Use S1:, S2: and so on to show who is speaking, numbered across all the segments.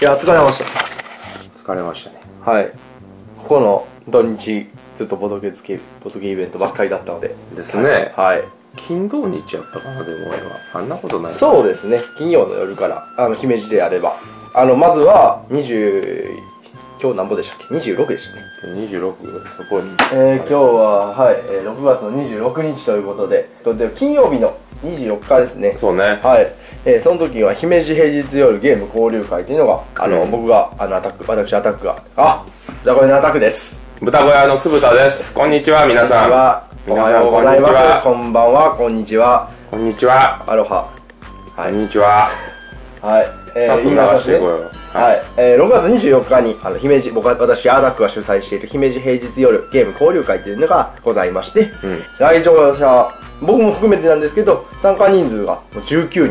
S1: や、疲れまし
S2: 疲れましたね
S1: た。はい。ここの土日、ずっとボトゲ付き、ボトゲイベントばっかりだったので。
S2: ですね
S1: はい。
S2: 金土日やったかなでも俺はあんなことない
S1: そうですね。金曜の夜から、あの、姫路でやれば。あの、まずは、20、今日何ぼでしたっけ ?26 でしたね。
S2: 26
S1: そこに、えー、今日は、はいえー、6月の26日ということでとで金曜日の24日ですね
S2: そうね
S1: はい、えー、その時は姫路平日夜ゲーム交流会というのがあの、
S2: うん
S1: 僕があのアタック私アタックがあじゃあこれのアタックです
S2: 豚小屋の酢豚ですこんにちは皆さん
S1: こんにちはおはようございますこんばんはこんにちは
S2: こんにちは
S1: アロハ
S2: こんにちは
S1: はい、え
S2: さっと流していこうよ
S1: 言い方ですねはい、えー、6月24日にあの姫路僕は私アダックが主催している姫路平日夜ゲーム交流会というのがございまして、来場者僕も含めてなんですけど参加人数がもう19人めっ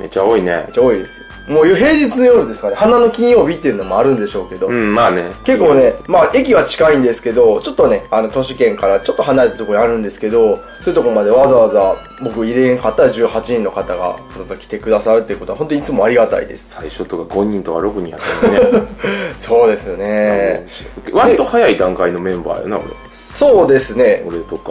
S2: めっちゃ多いね
S1: ちゃ多いですよもう平日の夜ですかね花の金曜日っていうのもあるんでしょうけど、
S2: うんまあね
S1: 結構ね、まあ駅は近いんですけど、ちょっとね、あの都市圏からちょっと離れたところにあるんですけど、そういうとこまでわざわざ僕入れんかったら18人の方がわざわざ来てくださるっていうことは本当にいつもありがたいです。
S2: 最初とか5人とか6人やっ たのにね
S1: そうですよね。
S2: 割と早い段階のメンバーよな俺
S1: そうですね。
S2: 俺とか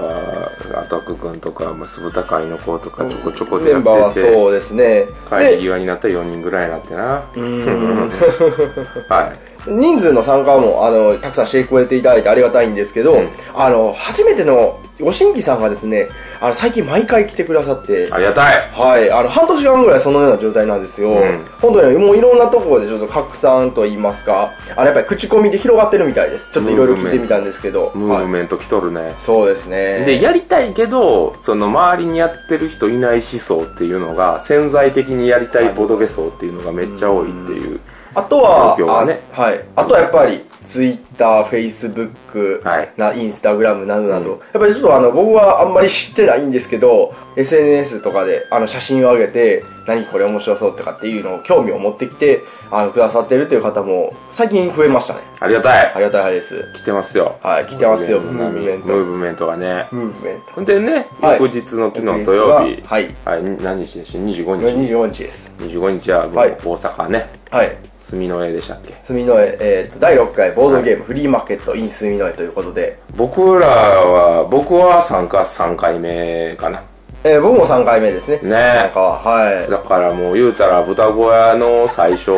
S2: アタック君とかまあ酢豚会の子とかちょこちょこで
S1: メ
S2: や
S1: ンバーは
S2: ってて
S1: そうですね。
S2: 帰り
S1: で、
S2: 際になったら4人ぐらいになってな は
S1: 人数の参加も、あの、たくさんしてくれていただいてありがたいんですけど、
S2: うん
S1: あの、初めてのご新規さんがですね、あの、最近毎回来てくださって
S2: い、ありがたい
S1: はい、あの半年間ぐらいそのような状態なんですよ、
S2: ん
S1: 本当にもういろんなところでちょっと拡散と言いますかあのやっぱり口コミで広がってるみたいですちょっといろいろ聞いてみたんですけど、
S2: ムー
S1: は
S2: ブ
S1: い、
S2: メント来とるね、
S1: そうですね
S2: でやりたいけどその周りにやってる人いない思想っていうのが潜在的にやりたいボドゲ層っていうのがめっちゃ多いっていう、
S1: あとは
S2: 状況はね
S1: あはい、あとはやっぱりツイッターフェイスブック
S2: はい
S1: なインスタグラムなどなど、やっぱりちょっとあの僕はあんまり知ってないんですけど SNS とかであの写真を上げて何これ面白そうとかっていうのを興味を持ってきてあのくださってるという方も最近増えましたね
S2: ありがたい
S1: ありがたいです
S2: 来てますよ
S1: はい来てますよ
S2: ボドゲの波
S1: ムーブメント
S2: ムーブメントがね
S1: ムーブメント
S2: ほんでね
S1: はい
S2: 翌日の昨日土曜日
S1: はい
S2: はい、何日でした25日
S1: 25日です
S2: 25日はもう
S1: はい
S2: 大阪ね
S1: はい
S2: 住の江でしたっけ
S1: 住の江、えー、と第6回ボードゲームフリーマーケット in 住の江ということで、
S2: 僕らは僕は参加3回目かな
S1: えー僕も3回目ですね
S2: ねえ
S1: なんかは
S2: だからもう言うたら豚小屋の最初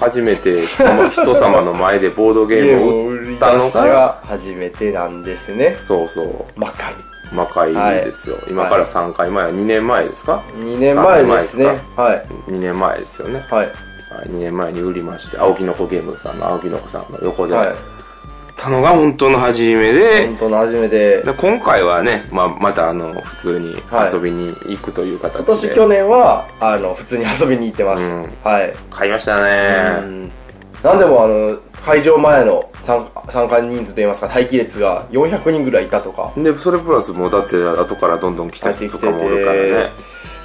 S2: 初めて人人様の前でボード
S1: い
S2: ゲームを売った
S1: ゲームを売
S2: の
S1: り出し
S2: が
S1: は初めてなんですね
S2: そうそう
S1: 魔界
S2: 魔界ですよ、今から3回前は2年前ですか
S1: 2年前ですね
S2: 三年前です
S1: は
S2: 2年前ですよね、
S1: いはい
S2: はい、2年前に売りまして青木の子ゲームズさんの青木の子さんの横で
S1: は
S2: や
S1: い
S2: ったのが本当の初めで、
S1: 本当の初めて
S2: で今回はね、まあ、またあの普通に
S1: はい
S2: 遊びに行くという形
S1: 今年
S2: で、
S1: 去年はあの普通に遊びに行ってました、
S2: うん
S1: はい
S2: 買いましたね、
S1: なんでもあの会場前の参参加人数といいますか待機列が400人ぐらいいたとか
S2: でそれプラスもうだって後からどんどん来た人とかもおるからね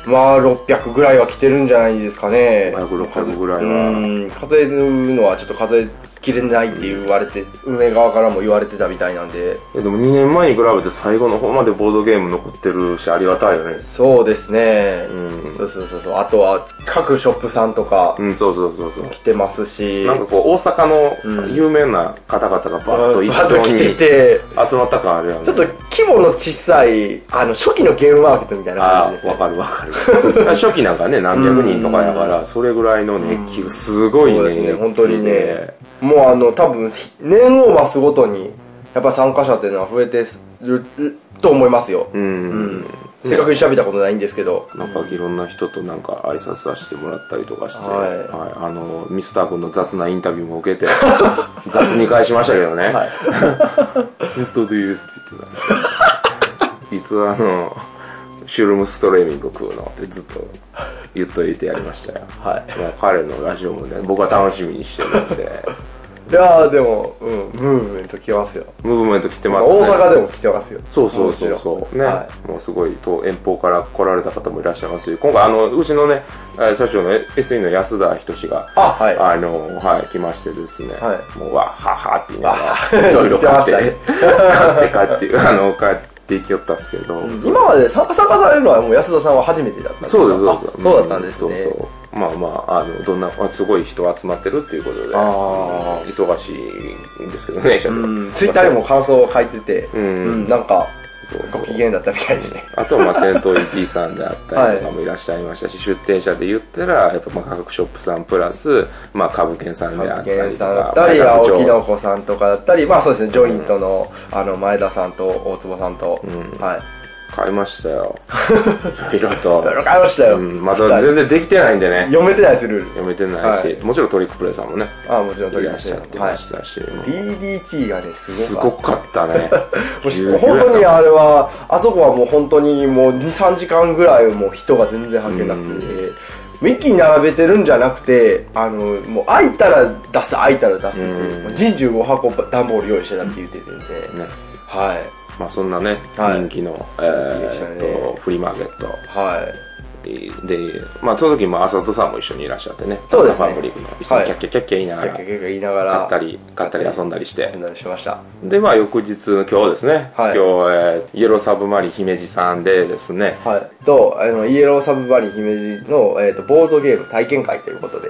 S1: まあ600ぐらいは来てるんじゃないですかね
S2: 500 600ぐらいは
S1: うん数えるのはちょっと数えきれないって言われて、運営側からも言われてたみたいなんで
S2: えでも2年前に比べて最後の方までボードゲーム残ってるしありがたいよね
S1: そうですね、
S2: うん
S1: そうそうそうそうあとは各ショップさんとか
S2: うんそうそうそうそう
S1: 来てますし、
S2: なんかこう大阪の有名な方々がバ
S1: バ
S2: ッと一
S1: ッ
S2: 堂
S1: と来て
S2: に
S1: て
S2: 集まった感あるやん、ね、
S1: ちょっと規模の小さいあの初期のゲームマーケットみたいな
S2: ああ
S1: 感じですね
S2: わかるわかる 初期なんかね何百人とかやからそれぐらいの熱気がすごい
S1: そうです
S2: ね
S1: ね本当にねもうあの多分年を増すごとにやっぱ参加者っていうのは増えてると思いますよ、
S2: うん、
S1: せっかく調べたことないんですけど、
S2: なんかいろんな人となんか挨拶させてもらったりとかして、
S1: はい
S2: はいあのミスター君の雑なインタビューも 受けて雑に返しましたけどね「 ミスターです」って言ってたいつあのシュルムストレーミング食うのってずっと言っといてやりましたよ、
S1: はい
S2: まあ彼のラジオもね僕は楽しみにしてるん で
S1: いやーでも、うん、ムーブメント来ますよ、
S2: ムーブメント来てますね
S1: 大阪でも来てますよ
S2: そうそうそう
S1: も
S2: そ
S1: ち
S2: う
S1: ろん
S2: ね、
S1: は
S2: もうすごいと遠方から来られた方もいらっしゃいますし今回あのうちのねえー社長の SE の安田仁が
S1: あはい
S2: あのはい来ましてですね、
S1: は
S2: もうわははって言いながらいろいろ買って
S1: 言って
S2: 買って買 ってあの買っていきよったんですけど、
S1: い今まで参加参加されるのはもう安田さんは初めてだったんですか
S2: そうですそうです
S1: あそうだったんですね
S2: そうまあまあ、あの、どんな、あすごい人集まってるっていうことで、
S1: あー
S2: 忙しいんですけどね、社長
S1: うん、ツイッターでも感想を書いてて、うんなんか、
S2: そうそ
S1: ご
S2: う
S1: 機嫌だったみたいですね。
S2: あとはまあ戦闘 ET さんであったりとかもいらっしゃいましたし、出店者で言ったらやっぱまあ価格ショップさんプラスまあ株券さんであった
S1: ゲ
S2: り
S1: ン
S2: と
S1: さんだ
S2: か
S1: ったり、
S2: まあ
S1: 青
S2: 各
S1: 木
S2: 町
S1: の子さんとかだったり、まあそうですね、ジョイントの、あの、前田さんと大坪さんと、はい。
S2: 買いまし たよいろいろと
S1: いろいろ買いましたよ。
S2: うんまだ全然できてないんでね
S1: 読めてないです、ルール。
S2: 読めてないし、
S1: はい
S2: もちろんトリックプレイさんもね
S1: ああ、もちろん
S2: い
S1: 取り
S2: ら
S1: ま
S2: っしゃって
S1: は
S2: ま
S1: い。
S2: したし、
S1: DDT がね、す
S2: す
S1: ご
S2: ご
S1: く。
S2: かったね
S1: も
S2: 急
S1: う
S2: に
S1: 本当にあれは、あそこはもう本当にもう2、3時間ぐらいもう人が全然吐けなくて、もう一気に並べてるんじゃなくて、あの、もう開いたら出す、開いたら出すっていう、もう人15箱段ボール用意してたって言っててんで、
S2: ね
S1: はい。
S2: まあそんなね、
S1: はい
S2: 人気の、え
S1: 人気でしたね
S2: ーっとフリーマーケット
S1: はい。
S2: で、まあ、その時も浅戸さんも一緒にいらっしゃってね、
S1: そうですね
S2: 朝ファブリックの一緒
S1: は
S2: に
S1: い
S2: キャッキャッキャッキャ言いながら、
S1: 結
S2: 買
S1: 局言いながら、
S2: ったり、買ったり遊んだりして
S1: 遊ん、だりしました。
S2: で、まあ、翌日、今日ですね、今
S1: はい
S2: 日、えーイエローサブマリン姫路さんでですね、
S1: はい。と、あの、イエローサブマリン姫路の、えっ、と、ボードゲーム体験会ということで、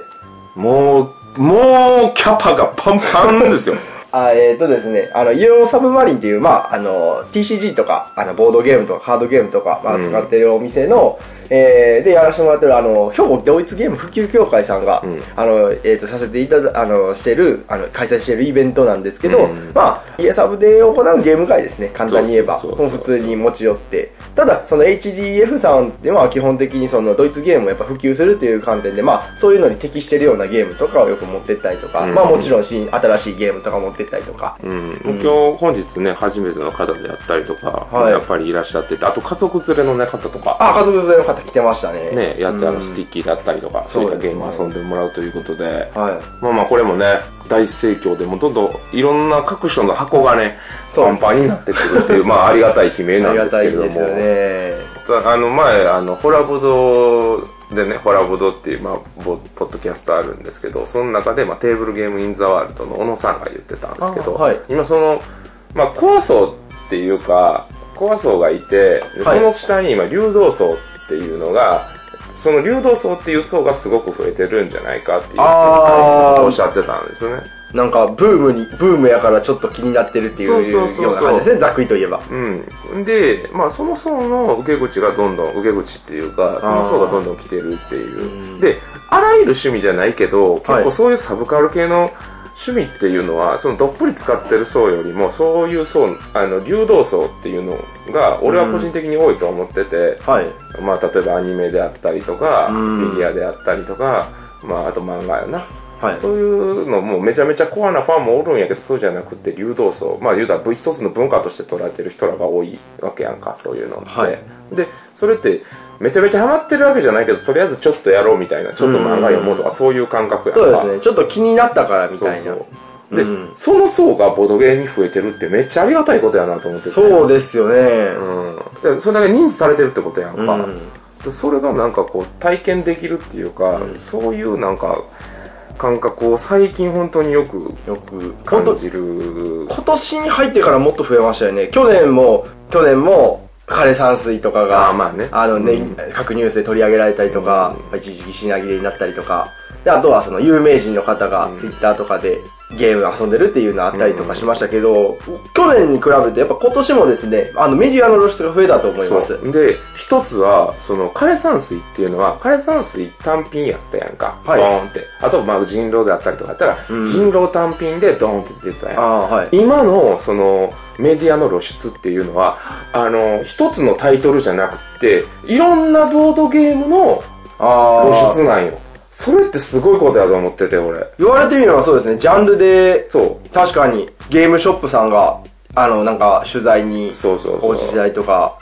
S2: もう、もう、キャパがパンパンです よ。
S1: あえー、とですね、あの、イエローサブマリンっていう、まあ、あの、TCG とか、あの、ボードゲームとかカードゲームとか、まあ、使ってるお店の、えー、で、やらせてもらってる、あの、兵庫同一ゲーム普及協会さんが、あの、えー、と、させていただ、あの、してる、あの、開催してるイベントなんですけど、まあ、イエサブで行うゲーム会ですね、簡単に言えば。
S2: そうそうそうそう
S1: もう普通に持ち寄って。ただ、その HDF さんっていうのは基本的にそのドイツゲームをやっぱ普及するっていう観点で、まあ、そういうのに適してるようなゲームとかをよく持ってったりとか、まあもちろん新新しいゲームとか持ってったりとか、
S2: うん、今日、本日ね、初めての方であったりとか、
S1: はい
S2: やっぱりいらっしゃってて、あと、家族連れの、ね、方とか、
S1: あ、家族連れの方来てましたね。
S2: ね、やって、あ
S1: う
S2: の、
S1: ん
S2: スティッキーだったりとか、そういったゲームを遊んでもらうということで、
S1: はい。
S2: まあまあこれもね大盛況でもうどんどんいろんな各所の箱がね
S1: そう
S2: パンパンになってくるって いうまあありがたい悲鳴
S1: あ
S2: なん
S1: り
S2: で
S1: が
S2: す
S1: た
S2: けれ
S1: い
S2: ども
S1: ですよね。
S2: たあの前あのホラボドでねホラボドっていう、まあ、ボポッドキャストあるんですけどその中で、まあ、テーブルゲームインザワールドの小野さんが言ってたんですけど、
S1: あはい
S2: 今その、まあ、コア層っていうかコア層がいてで
S1: はい
S2: その下に今流動層っていうのがその流動層っていう層がすごく増えてるんじゃないかっていう
S1: あー
S2: おっしゃってたんですよね。
S1: なんか、ブームに、ブームやからちょっと気になってるってい
S2: そう
S1: う
S2: そうそうそう
S1: ような感じですね、ざっくりと言えば。
S2: うん、で、まあ、そもそもの受け口がどんどん受け口っていうかその層がどんどん来てるっていうであらゆる趣味じゃないけど結
S1: はい
S2: 構そういうサブカル系の趣味っていうのはそのどっぷり使ってる層よりもそういう層あの流動層っていうのが俺は個人的に多いと思ってて、
S1: はい。
S2: まあ、例えばアニメであったりとか、
S1: うん
S2: フィギュアであったりとか、まあ、あと漫画やな
S1: はい。
S2: そういうのもめちゃめちゃコアなファンもおるんやけどそうじゃなくて流動層まあ言うたら一つの文化として捉えてる人らが多いわけやんかそういうのって、
S1: はい
S2: でそれってめちゃめちゃハマってるわけじゃないけどとりあえずちょっとやろうみたいなちょっと漫画読もうとかそういう感覚やんか
S1: そうですね、ちょっと気になったからみたいな。
S2: そうそうで、
S1: うん
S2: その層がボドゲーに増えてるってめっちゃありがたいことやなと思ってて
S1: そうですよね。
S2: うん、だからそれだけ認知されてるってことやんか、
S1: うん
S2: でそれがなんかこう体験できるっていうか、そういうなんか感覚を最近本当によく
S1: よく、本当
S2: 感じる
S1: 今年に入ってからもっと増えましたよね。去年も、去年も、枯山水とかが、
S2: あーまあね
S1: のね、各ニュースで取り上げられたりとか、一時期品切れになったりとか、で、あとはその有名人の方がツイッターとかでゲーム遊んでるっていうのあったりとかしましたけど、去年に比べてやっぱ今年もですね、あのメディアの露出が増えたと思います。
S2: そうで一つはその枯山水っていうのは枯山水単品やったやんか、
S1: はい
S2: ドーンってあとまあ人狼であったりとかやったら、人狼単品でドーンって出てたやん
S1: ああ、はい。
S2: 今のそのメディアの露出っていうのはあの一つのタイトルじゃなくっていろんなボードゲームの
S1: あ
S2: 露
S1: あ。
S2: 出なんよそれってすごいことやと思ってて俺
S1: 言われてみればそうですね、ジャンルで、
S2: そ
S1: 確かにゲームショップさんが、あの、なんか取材に
S2: うそうそう
S1: 応じ
S2: そう
S1: たりとか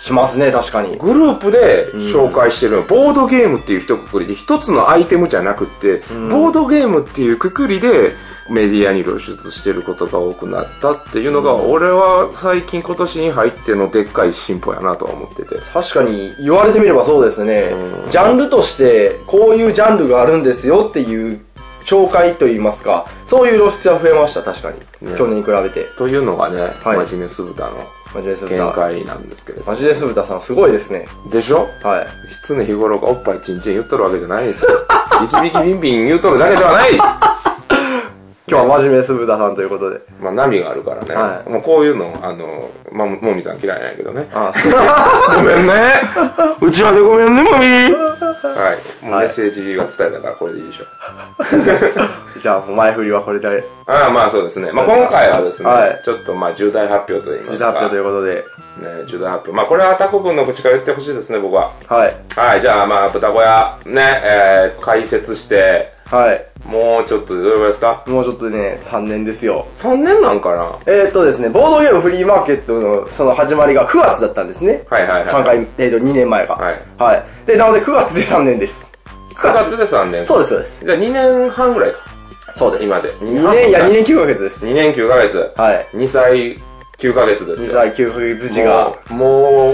S1: しますね、確かに。
S2: グループで紹介してるの、ボードゲームっていう一括りで一つのアイテムじゃなくって、ボードゲームっていうくくりでメディアに露出してることが多くなったっていうのが、俺は最近今年に入ってのでっかい進歩やなとは思ってて
S1: 確かに言われてみればそうですね、ジャンルとしてこういうジャンルがあるんですよっていう紹介といいますかそういう露出は増えました確かに、去年に比べて
S2: というのがね、
S1: はい
S2: 真面目酢豚の
S1: マジレス
S2: 見
S1: 豚。
S2: 解なんですけれど。
S1: マジレス豚さんすごいですね。
S2: でしょ
S1: はい。
S2: 常日頃おっぱいちんちん言っとるわけじゃないですよ。ビキビキビンビン言うとるだけではない
S1: 今日はマジレス豚さんということで。
S2: まあ波があるからね。
S1: はい
S2: もうこういうの、あの、まあ、もみさん嫌いなんやけどね。
S1: あ
S2: ごめん ねうちまでごめんね、もみはい。もうメッセージは伝えたからこれでいいでしょ。
S1: じゃあ、もう前振りはこれで、
S2: ああ、まあそうですね。まあ今回はですね、
S1: はい
S2: ちょっとまあ重大発表と言いま
S1: リ
S2: す
S1: ザ
S2: か。
S1: ープということで。
S2: ね、重大発表。まあこれはタコ君の口から言ってほしいですね、僕は。
S1: はい。
S2: はい、じゃあまあ豚小屋、ね、えー、解説して、
S1: はい。
S2: もうちょっとでどれぐらいですか
S1: もうちょっとね、3年ですよ。
S2: ?3 年なんかな
S1: えーっとですね、ボードゲームフリーマーケットのその始まりが9月だったんですね。
S2: はいはいはい
S1: 3回程度2年前が。
S2: はい。
S1: はい。で、なので9月で3年です。
S2: 9月で3年。
S1: そうです、そうです。
S2: じゃあ2年半ぐらいか。
S1: そうです。
S2: 今で
S1: 2年、いや、2年9ヶ月です。
S2: 2年9ヶ月。
S1: はい。
S2: 2歳9ヶ月です
S1: 2
S2: よ。
S1: 歳9ヶ月児が、
S2: もう、も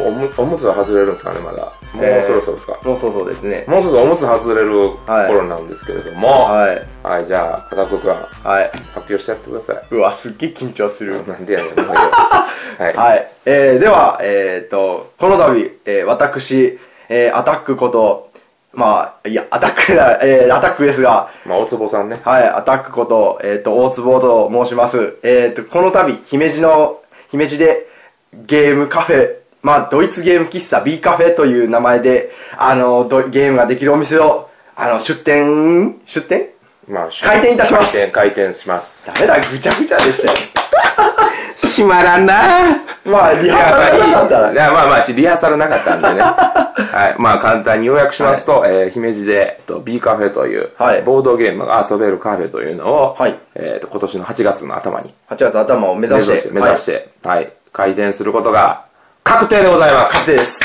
S2: うおむ、おむつは外れるんですかね、まだ。も
S1: え
S2: う
S1: ー
S2: そろそろですか。
S1: もうそうそうですね。
S2: もうそろそろおむつ外れる
S1: はい
S2: 頃なんですけれども。
S1: はい。
S2: はい、じゃあ、片子くん、発
S1: はい。
S2: 表してやってく ださいう
S1: わ、すっげえ緊張する。。
S2: なんでやねん、これは
S1: はい。えー、では、えっ、と、この度、えー、私、えー、アタックこと、まあ、いや、アタックだ、えー、アタックですが、
S2: い。まあ、おつぼさんね。
S1: はい、アタックこと、えっ、と、大坪と申します。えっ、と、この度、姫路の、姫路で、ゲームカフェ、まあ、ドイツゲーム喫茶 B カフェという名前で、あの、ドゲームができるお店を、あの、出店、出店
S2: まあ、し
S1: 開店いたします
S2: 開店、開店します。
S1: ダメだ、ぐちゃぐちゃでしたよ。
S2: 閉まらんな
S1: まあ、リ
S2: いや、
S1: ハ
S2: まあ
S1: ー
S2: い
S1: サ
S2: い
S1: ルなかったら
S2: い、やまあまあし、リハーサルなかった んでね。はい。まあ簡単に要約しますと、えー姫路で、えっと、B カフェという、
S1: はい
S2: ボードゲームが遊べるカフェというのを、
S1: はい
S2: えっと、今年の8月の頭に
S1: 8月頭を目
S2: 目
S1: 指
S2: 指
S1: し、
S2: してて、目指して、はい、開店することが確定でございます。
S1: はいです。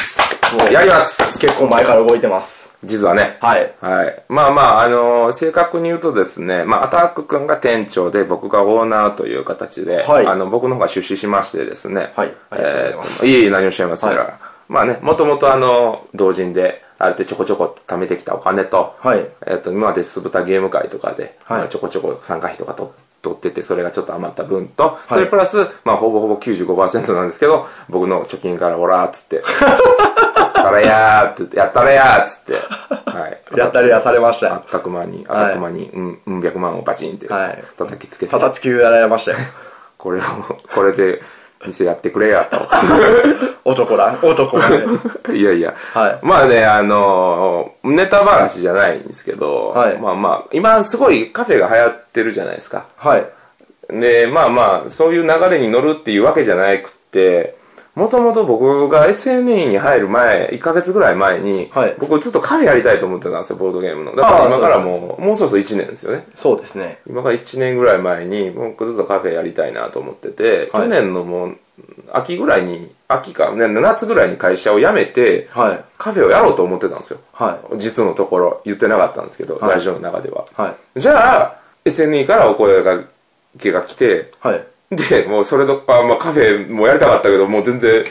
S1: もう
S2: やります
S1: 結構前から動いてます。
S2: 実はね。
S1: はい。
S2: はい。まあまあ、あのー正確に言うとですね、まあ、アタック君が店長で、僕がオーナーという形で、
S1: はい
S2: あの、僕の方が出資しましてですね、
S1: はいありがとうございます
S2: えーといえいえ、何をおっしゃいますから、
S1: は
S2: まあね、もともとあの、同人で、あれでちょこちょこ貯めてきたお金と、
S1: はい
S2: えっ、と、今まで酢豚ゲーム会とかで、
S1: はい
S2: まあちょこちょこ参加費とかと取ってて、それがちょっと余った分と、それプラス、まあ、ほぼほぼ95%なんですけど、僕の貯金から、ほらーっ つって、やったれやーって言って、やったれやーっつって、はい。
S1: やったりはされました
S2: あ
S1: よ
S2: っ。たくまに、あったくまに、うん、うん、百万をバチンって
S1: はい
S2: 叩きつけて、
S1: 叩き切られましたよ。
S2: これを、 これで店やってくれや
S1: 男ら、男らね。
S2: と。 いやいや、
S1: はい
S2: まあね、あのーネタ話じゃないんですけど、
S1: はい
S2: まあまあ、今すごいカフェが流行ってるじゃないですか。
S1: はい。
S2: で、まあまあ、そういう流れに乗るっていうわけじゃなくって、もともと僕が SNE に入る前、1ヶ月ぐらい前に、
S1: はい
S2: 僕ずっとカフェやりたいと思ってたんですよ、ボードゲームの。だから
S1: ああ
S2: 今から
S1: そうそう
S2: もう、もうそろそろ1年ですよね。
S1: そうですね。
S2: 今から1年ぐらい前に、僕ずっとカフェやりたいなと思ってて、
S1: はい
S2: 去年のもう、秋ぐらいに、秋か、ね、夏ぐらいに会社を辞めて、
S1: はい。
S2: カフェをやろうと思ってたんですよ。
S1: は
S2: 実のところ、言ってなかったんですけど、
S1: はい
S2: ラジオの中では。
S1: い。はい。
S2: じゃあ、SNE からお声がけが来て、
S1: はい。
S2: で、もうそれとか、まあカフェもやりたかったけど、もう全然、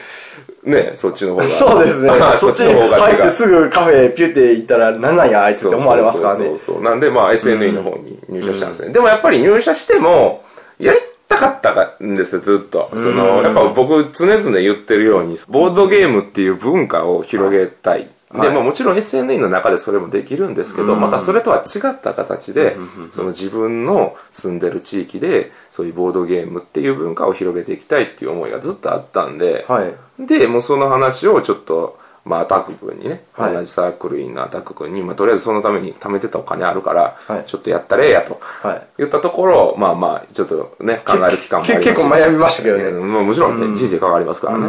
S2: ね、そっちの方が。
S1: そうですね
S2: あ。
S1: そ
S2: そ
S1: っ
S2: っ
S1: ち
S2: ち
S1: に
S2: の方が
S1: 入
S2: て
S1: っ
S2: か
S1: てすぐカフェピュって行ったら、なんなんや、あいつって思われますから
S2: そう
S1: ね。
S2: そうそう。なんで、まあ SNE の方に入社したんですね。でもやっぱり入社しても、やりたかったんですよ、ずっと。その、やっぱ僕常々言ってるように、ボードゲームっていう文化を広げたい。
S1: は
S2: で、
S1: い
S2: まあもちろん SNE の中でそれもできるんですけど、またそれとは違った形で、その自分の住んでる地域で、そういうボードゲームっていう文化を広げていきたいっていう思いがずっとあったんで、
S1: はい。
S2: で、もうその話をちょっと、まあ、アタック君にね、
S1: はい
S2: 同じサークル員のアタック君に、まあ、とりあえずそのために貯めてたお金あるから、
S1: はい
S2: ちょっとやったらええやと、
S1: はい
S2: 言ったところ、まあまあ、ちょっとね、考える期間もあり
S1: け
S2: ます
S1: 結構悩みましたけどね。
S2: うんまあ、もちろんね、人生関わりますからね。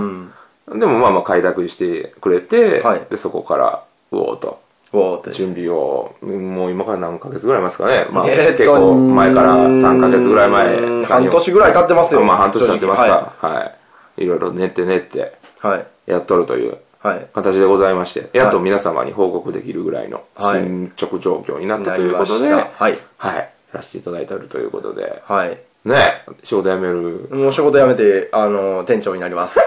S2: でもまあまあ、快諾してくれて、
S1: はい
S2: で、そこから、うおーと。
S1: おーって。
S2: 準備を、うんもう今から何ヶ月ぐらい前ですかね。まあ、
S1: えーっと
S2: 結構前から3ヶ月ぐらい前。3 4
S1: 半年ぐらい経ってますよ。
S2: まあ、半年経ってます
S1: 正
S2: か。はい。いろいろ練って練って。
S1: 直。はい。
S2: やっとるという
S1: はい。
S2: 形でございまして、やっと皆様に報告できるぐらいの
S1: はい
S2: 進捗状況になった
S1: な
S2: と
S1: り
S2: いう
S1: ま
S2: こと
S1: し
S2: で、
S1: た。
S2: はい、
S1: はい。
S2: やらせていただいてるということで、
S1: はい。
S2: ね仕事辞める、
S1: もう仕事辞めて、あの、店長になり ます。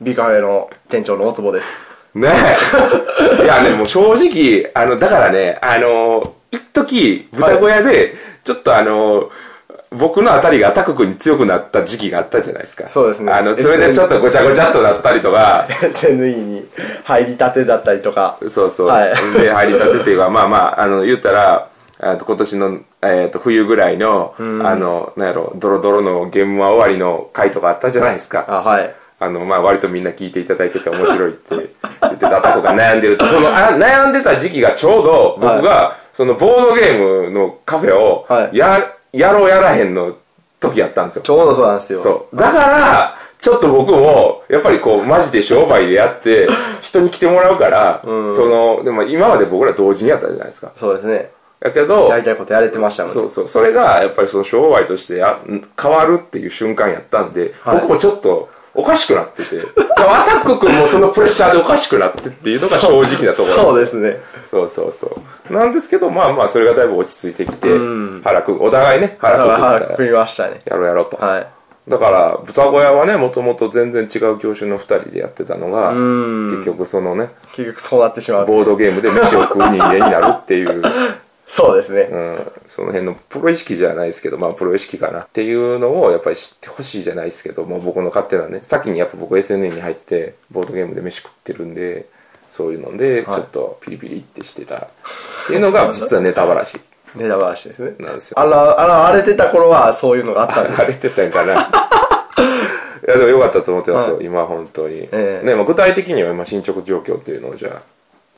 S1: ビカフェの店長の大坪です。
S2: ねいやね、もう正直、あの、だからね、あの、一時豚小屋で、ちょっとあの、僕のあたりがタク君に強くなった時期があったじゃないですか。
S1: そうですね
S2: あの、それでちょっとごちゃごちゃっとなったりとか、
S1: SNE に入りたてだったりとか。
S2: そうそう。
S1: はい
S2: で、入りたてっていうか、まあまあ、あの、言ったら、あと今年の、えー、と冬ぐらいの、あの、なんやろ、ドロドロのゲームは終わりの回とかあったじゃないですか。
S1: あ、はい。
S2: あの、まあ、割とみんな聞いていただいてて面白いって言ってたとこが悩んでると、そのあ、悩んでた時期がちょうど僕が、そのボードゲームのカフェを
S1: はい
S2: や、やろうやらへんの時やったんですよ
S1: ち。ょうどそうなんですよ。
S2: そう。だから、ちょっと僕も、やっぱりこう、マジで商売でや って、人に来てもらうから、その、でも今まで僕ら同時にやったじゃないですか。
S1: そうですね。
S2: だけど
S1: や、りたいことやれてましたもんね。
S2: そうそう、それが、やっぱりその商売としてや変わるっていう瞬間やったんで、
S1: はい
S2: 僕もちょっと、おかしくなってて。でもアタック君もそのプレッシャーでおかしくなってっていうのが正直なところ
S1: そうですね。
S2: そうそうそう。なんですけど、まあまあ、それがだいぶ落ち着いてきて、原くん、お互いね、原
S1: だ
S2: く
S1: か
S2: ん
S1: ら、
S2: だった
S1: は
S2: ら
S1: い、組みましたね。
S2: やろうやろうと。
S1: はい。
S2: だから豚小屋はねもともと全然違う業種の2人でやってたのが結局そのね
S1: 結局そうなってしまう。
S2: ボードゲームで飯を食う人間になるっていう、
S1: そうですね。
S2: うん、その辺のプロ意識じゃないですけどまあプロ意識かなっていうのをやっぱり知ってほしいじゃないですけどもう僕の勝手なね先にやっぱ僕 SNE に入ってボードゲームで飯食ってるんでそういうのでちょっとピリピリってしてたっていうのが実はネタばらし
S1: ネタ話ですね。
S2: なんですよ
S1: あら、あら、荒れてた頃 はそういうのがあったんです。
S2: 晴れてたんかないやでもよかったと思ってますよ、
S1: は
S2: 今は本当に、
S1: ええ
S2: ねまあ具体的には今進捗状況っていうのをじゃあ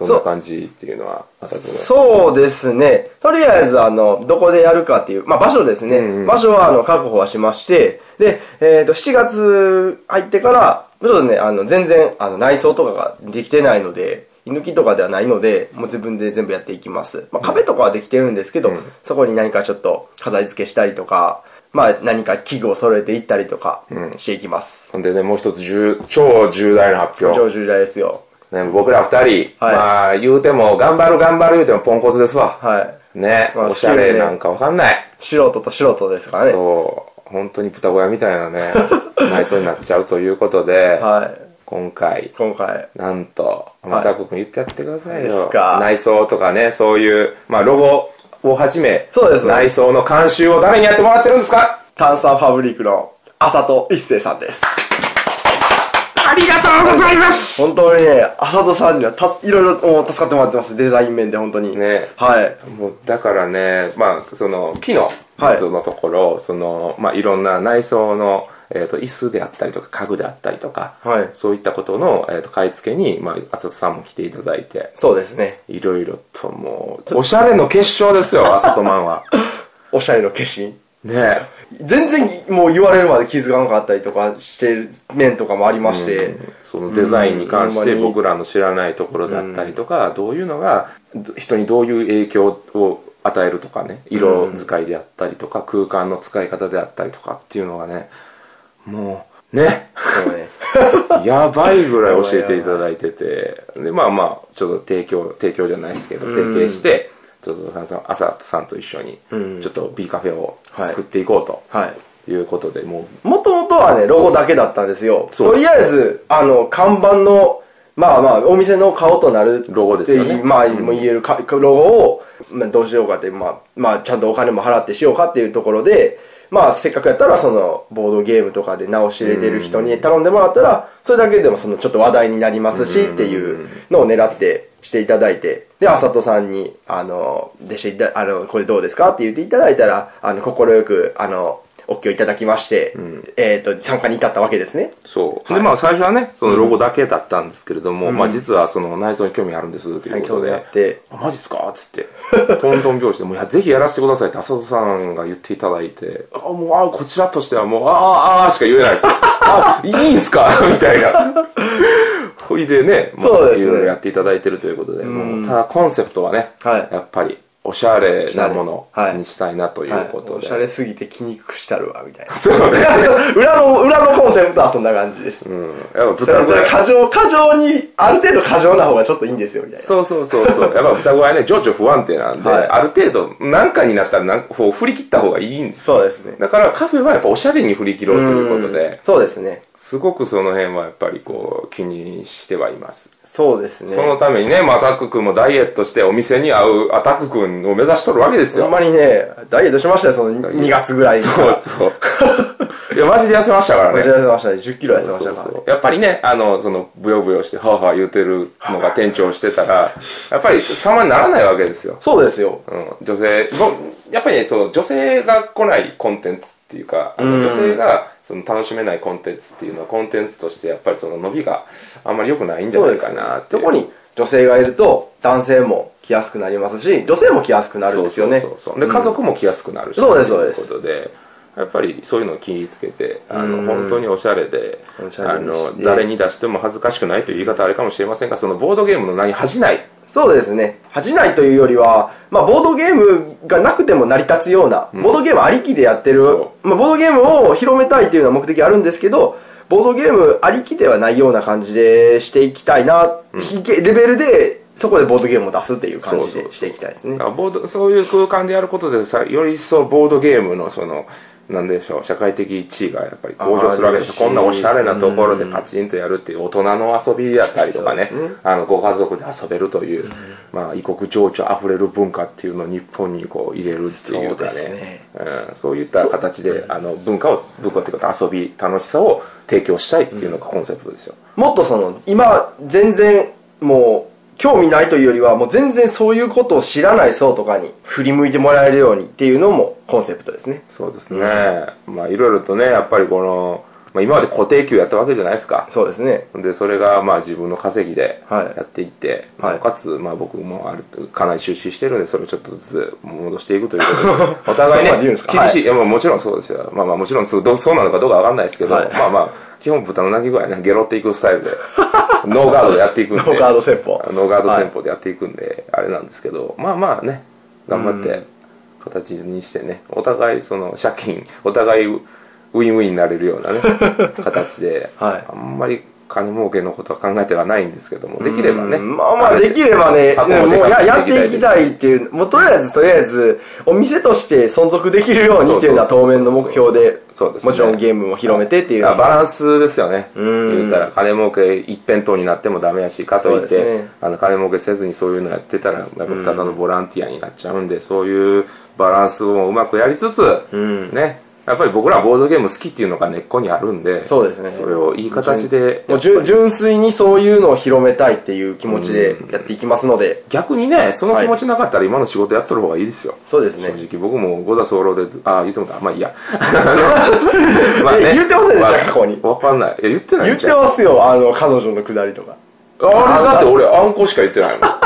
S2: どんな感じっていうのはあったと思
S1: そうですね。とりあえず、あの、どこでやるかっていう、まあ、場所ですね。場所は、あの、確保はしまして、で、えっ、と、7月入ってから、ちょっとね、あの、全然、あの、内装とかができてないので、居抜きとかではないので、もう自分で全部やっていきます。まあ、壁とかはできてるんですけど、そこに何かちょっと飾り付けしたりとか、まあ、何か器具を揃えていったりとか、していきます。
S2: ほんでねもう一つ重超重大な発
S1: 上
S2: 表、
S1: 重大ですよ。
S2: ね、僕ら二人、
S1: はい
S2: まあ言うても頑張る頑張る言うてもポンコツですわ、
S1: はい。
S2: ね、
S1: まあ
S2: おしゃれなんかわかんない、
S1: 素人と素人ですからね。
S2: そう本当に豚小屋みたい なね内装になっちゃうということで、
S1: はい。
S2: 今回
S1: 今回。
S2: なんと、またここ言ってやってください
S1: で
S2: よ
S1: す。か
S2: 内装とかね、そういう、まあ、ロゴをはじめ、
S1: そうですね
S2: 内装の監修を誰にやってもらってるんですか
S1: 炭酸ファブリックの浅戸一生さんです。
S2: ありがとうございます
S1: 本当にね、浅戸さんにはたいろいろもう助かってもらってます。デザイン面で本当に。
S2: ね
S1: はい。
S2: もう、だからね、まあ、その、木の、
S1: はい
S2: そのところ、その、まあ、いろんな内装の、えっ、と、椅子であったりとか、家具であったりとか、
S1: はい
S2: そういったことの、えっ、と、買い付けに、まあ、浅田さんも来ていただいて、
S1: そうですね。
S2: いろいろとも う、おしゃれの結晶ですよ、浅戸マンは。
S1: おしゃれの化身。
S2: ね
S1: 全然もう言われるまで気づかなかったりとかしてる面とかもありまして。
S2: そのデザインに関して
S1: うん
S2: 僕らの知らないところだったりとか、どういうのがど人にどういう影響を与えるとかね色使いであったりとか、空間の使い方であったりとかっていうのがねも うね
S1: でもね
S2: やばいぐらい教えていただいててでまあまあちょっと提供提供じゃないですけど提携して、ちょっとさんさん朝さんと一緒にちょっと B カフェを作っていこうと。
S1: はい。
S2: いうことで、も
S1: もともとはね、ロゴだけだったんですよ。
S2: そう
S1: とりあえず、あの、看板の、まあまあ、お店の顔となる。
S2: ロゴですよね
S1: まあ、もう言えるか、ロゴを、まあ、どうしようかって、まあ、まあ、ちゃんとお金も払ってしようかっていうところで、まあ、せっかくやったら、その、ボードゲームとかで直し入れてる人に頼んでもらったら、それだけでも、その、ちょっと話題になりますし、っていうのを狙ってしていただいて、で、あさとさんに、あの、弟子いた、あの、これどうですかって言っていただいたら、あの、快く、あの、お許いただきまして、えっ、と、参加に至ったわけですね。
S2: そう。で、まあ、最初はね、そのロゴだけだったんですけれども、まあ、実はその内装に興味あるんです、ということで。
S1: はい興味あって
S2: あ、マジっすかっつって。 トントン拍子で、もういや、ぜひやらせてくださいって浅田さんが言っていただいて、あ、もう、あ、こちらとしてはもう、あーあーしか言えないですよ。 あ、いいんすか みたいな。ほいでね、ま
S1: そう
S2: あ、
S1: です
S2: い
S1: ね
S2: ろいろやっていただいてるということで、もうただコンセプトはね、
S1: はい
S2: やっぱり、おしゃれなものにしたいなとい
S1: は
S2: う
S1: い
S2: こと
S1: お
S2: で。。
S1: しゃれすぎて気にくくしたるわ、みたいな
S2: そうね。
S1: 裏の、裏のコンセプトはそんな感じです。
S2: うん。やっぱ
S1: だから
S2: 豚小屋
S1: 過剰、過剰に、ある程度過剰な方がちょっといいんですよ、みたいな。
S2: そうそうそうそう。やっぱ双子はね、情緒不安定なんで、
S1: はい
S2: ある程度、なんかになったらなんこう振り切った方がいいんですよ。
S1: そうですね。
S2: だからカフェはやっぱおしゃれに振り切ろうということで、
S1: そうですね。
S2: すごくその辺はやっぱりこう気にしてはいます。
S1: そうですね。
S2: そのためにね、まあ、アタック君もダイエットしてお店に合うアタック君分を目指しとるわけです
S1: ほん
S2: よ。
S1: まにね、ダイエットしましたよ、その2月ぐらいに。
S2: そう そう。いや、マジで痩せましたから
S1: こ
S2: ね
S1: ち。ら痩せましたね。10キロ痩せました
S2: そ
S1: か
S2: う
S1: ら。
S2: そうやっぱりね、あの、その、ぶよぶよして、はあはあ言うてるのが店長してたら、やっぱり様にならないわけですよ。
S1: そうですよ。
S2: うん、女性、ぼやっぱりね、そう、女性が来ないコンテンツっていうか、あの女性がその楽しめないコンテンツっていうのは、コンテンツとしてやっぱりその伸びがあんまり良くないんじゃ
S1: そう
S2: ない
S1: です
S2: かなって
S1: そ
S2: い。
S1: うこに女性がいると、男性も来やすくなりますし、女性も来やすくなるんですよね。
S2: そうそうそうで、家族も来やすくなるし、
S1: そうですそうです
S2: ということで、やっぱりそういうのを気ぃつけて、あの、本当におしゃれで、
S1: おしゃ
S2: あ
S1: れにして
S2: の、誰に出しても恥ずかしくないという言い方はあれかもしれませんが、そのボードゲームの名に恥じない。
S1: そうですね。恥じないというよりは、まあ、ボードゲームがなくても成り立つような、ボードゲームありきでやってる、
S2: そ
S1: まあ、ボードゲームを広めたいというような目的あるんですけど、ボードゲームありきではないような感じでしていきたいな、ひレベルで、そこでボードゲームを出すっていう感じ
S2: そうそうそ
S1: で
S2: う
S1: していきたいです
S2: だ
S1: ね
S2: か。らボードそういう空間でやることでさより一層ボードゲームのそのなんでしょう社会的地位がやっぱり向上するわけです
S1: あー
S2: こんなおしゃれなところでパチンとやるっていう大人の遊びだったりとかねあのご家族で遊べるという、まあ、異国情緒あふれる文化っていうのを日本にこう入れるっていうかね
S1: そうですね
S2: うん、そういった形であの文化を文化っていうか遊び楽しさを提供したいっていうのがコンセプトですよ、
S1: もっとその、今、全然、もう、興味ないというよりは、もう全然そういうことを知らない層とかに振り向いてもらえるようにっていうのもコンセプトですね。
S2: そうですね、まあいろいろとねやっぱりこの、まあ、今まで固定給やったわけじゃないですか
S1: そうですね。
S2: でそれがまあ自分の稼ぎで
S1: はい
S2: やっていって、
S1: はい
S2: なおかつまあ僕もあるかなり出資してるんでそれをちょっとずつ戻していくということでお互 い
S1: そうなん
S2: ね
S1: 言うん
S2: 厳
S1: で
S2: し
S1: す
S2: い
S1: かはい
S2: い、やまあもちろんそうですよまあまあもちろんそうどうそうなのかどうかわかんないですけど、
S1: はい
S2: まあまあ基本豚の鳴き声はねゲロっていくスタイルで ノーガードでやっていくんで
S1: ノーガード戦法。
S2: ノーガード戦法でやっていくんで、あれなんですけどまあまあね頑張って形にしてねお互いその借金お互いウィンウィンになれるような ね形で、
S1: はい
S2: あんまり金儲けのことは考えてはないんですけどもできればね
S1: まあまあ、できればね、
S2: 箱
S1: も
S2: も
S1: う
S2: でかく
S1: や
S2: して
S1: やっていきたいっていう、もうとりあえずとりあえず、お店として存続できるようにっていうのは
S2: そう
S1: 当
S2: そうそ
S1: 面
S2: うそう
S1: の目標で、
S2: そうですね
S1: もちろんゲームも広めてっていうの
S2: あ
S1: は
S2: バランスですよね言うたら金儲け一辺倒になってもダメやしかといっ
S1: そう
S2: て、
S1: ですね
S2: あの金儲けせずにそういうのやってたらやっぱただのボランティアになっちゃうんで、そういうバランスをうまくやりつつ、ねやっぱり僕らボードゲーム好きっていうのが根っこにあるんで
S1: そうですね
S2: それをいい形で
S1: もう純純粋にそういうのを広めたいっていう気持ちでやっていきますので、
S2: 逆にねその気持ちなかったら今の仕事やっとる方がいいですよ、
S1: そうですね
S2: 正直僕も五座候でずああ言ってもたまあい いや
S1: え言ってませんでした
S2: ままあ
S1: 過去に
S2: わかんないいや言ってない
S1: 言
S2: ん
S1: っ
S2: ちゃう
S1: てますよ、あの、彼女のくだりとか。
S2: あれだって俺あんこしか言ってないもん ま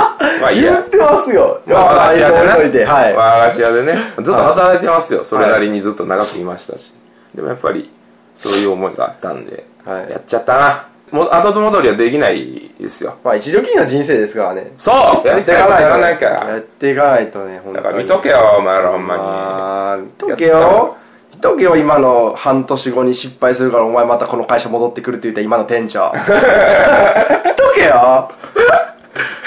S2: あいい
S1: 言
S2: や
S1: ってますよ。
S2: まあ和菓子屋でね
S1: 置いといてはい。
S2: 和菓子屋でねずっと働いてますよそれなりにずっと長くいましたしでもやっぱりそういう思いがあったんで
S1: はい
S2: やっちゃったなもう後戻りはできないですよ
S1: まあ、一度きりの人生ですからね。
S2: そうや
S1: や
S2: り
S1: ってい
S2: たい
S1: か
S2: こと
S1: ない
S2: や
S1: と
S2: ら
S1: ね。
S2: ないから
S1: やっていかないとね、ほん
S2: だから見とけよお前らほんま
S1: あー見とけよ見とけよ今の半年後に失敗するからお前またこの会社戻ってくるって言った今の店長見とけよ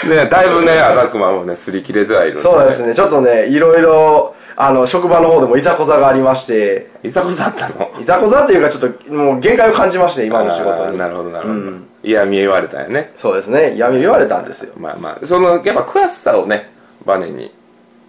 S2: にねだいぶね赤熊もね擦り切れてはいるん
S1: そうですねちょっとねいろいろあの職場の方でもいざこざがありまして
S2: いざこざあったの
S1: いざこざというかちょっともう限界を感じまして今の仕
S2: あ
S1: 事
S2: ー
S1: に
S2: なるほどなるほど嫌み言われたよね
S1: そうですね闇言われたんですよ
S2: まあまあそのやっぱ悔しさをねバネに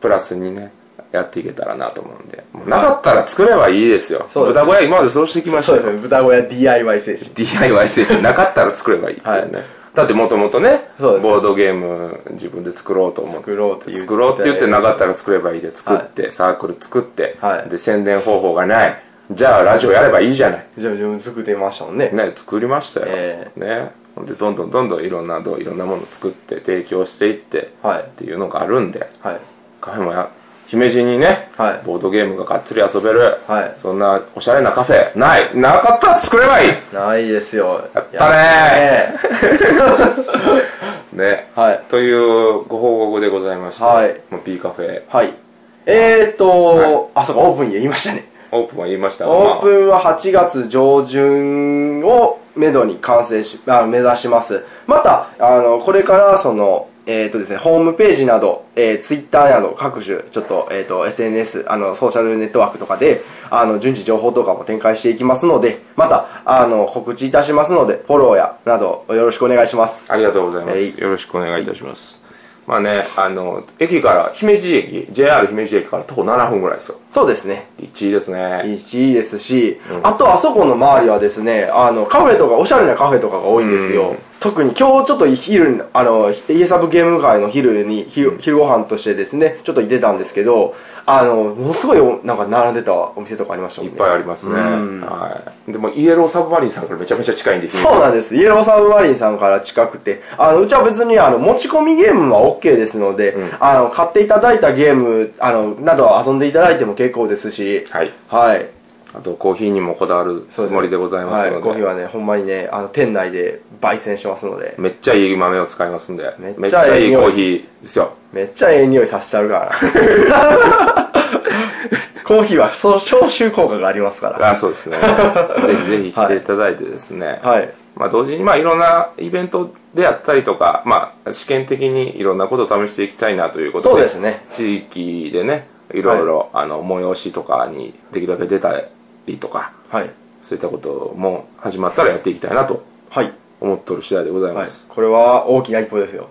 S2: プラスにねやっていけたらなと思うんでもうなかったら作ればいいですよ
S1: そうです
S2: 豚小屋今までそうしてきました
S1: そうです
S2: よ
S1: ね豚小屋 DIY 精神
S2: DIY 精神なかったら作ればいいっていうね、だってもともとね
S1: そうです
S2: ボードゲーム自分で作ろうと思って
S1: 作ろうって言って
S2: 作ろうって言ってなかったら作ればいいで作って、サークル作って、
S1: はい
S2: で宣伝方法がないじゃあラジオやればいいじゃない
S1: じゃあ自分作ってみましたもんね
S2: ね作りましたよ、
S1: え
S2: ねほんでどんどんどんどんいろんなどういろんなものを作って提供していって、
S1: はい
S2: っていうのがあるんで
S1: はい
S2: カフェもや姫路にね、
S1: はい
S2: ボードゲームががっつり遊べる、
S1: はい
S2: そんなおしゃれなカフェないなかったら作ればいい
S1: ないですよやった
S2: ね
S1: ね
S2: ね、
S1: はい
S2: というご報告でございまして、
S1: はい
S2: もう P カフェ
S1: はい。えーっと、あ、そうか、オープンや言いましたね。
S2: オープンは言いましたが
S1: オー
S2: ま
S1: プンは8月上旬をめどに完成し、あ目指します。また、あの、これから、その、えーっとですね、ホームページなど、えー、ツイッターなど各種、ちょっと、えーっと、SNS、あの、ソーシャルネットワークとかで、あの、順次情報とかも展開していきますので、また、あの、告知いたしますので、フォローや、など、よろしくお願いします。
S2: あ、ありがとうございます、
S1: はい
S2: よろしくお願いいたします、まあね、あの、駅から、姫路駅、JR 姫路駅から徒歩7分ぐらいですよ。
S1: そうですね。
S2: 1位ですね。
S1: いいですし、あとあそこの周りはですね、あの、カフェとか、おしゃれなカフェとかが多いんですよ。特に今日ちょっと昼に、あの、家サブゲーム会の昼に、昼昼ご飯としてですね、ちょっと出たんですけど、あの、ものすごいお、なんか並んでたお店とかありましたもん
S2: い
S1: ね。
S2: っぱいありますね。はい。でも、イエローサブマリンさんからめちゃめちゃ近いんですよ。
S1: そうなんです。イエローサブマリンさんから近くて、あの、うちは別にあの、持ち込みゲームは OK ですので、あの、買っていただいたゲーム、あの、などは遊んでいただいても結構ですし、
S2: はい。
S1: はい。
S2: あと、コーヒーにもこだわるつもりでございます
S1: は
S2: の
S1: い、コーヒー
S2: で。
S1: はね、ほんまにね、あの、店内で焙煎しますので、
S2: めっちゃいい豆を使いますんで。
S1: めっちゃ
S2: めっちゃいいコ
S1: 匂
S2: ー
S1: い
S2: ヒーですよ。
S1: めっちゃええ匂いさせちゃうから。 コーヒーはそう消臭効果がありますから。
S2: あ、そうです ね。ぜひぜひ来ていただいてですね。
S1: はい。
S2: まあ、同時に、まあ、いろんなイベントであったりとか、まあ、試験的にいろんなことを試していきたいなということで、
S1: そうですね
S2: 地域でね、いろいろ、あの、催しとかにできるだけ出たりとか、
S1: はい。
S2: そういったことも始まったらやっていきたいなと
S1: はい。
S2: 思っとる次第でござい
S1: は
S2: ま
S1: い
S2: す。。
S1: これは大きな一歩ですよ。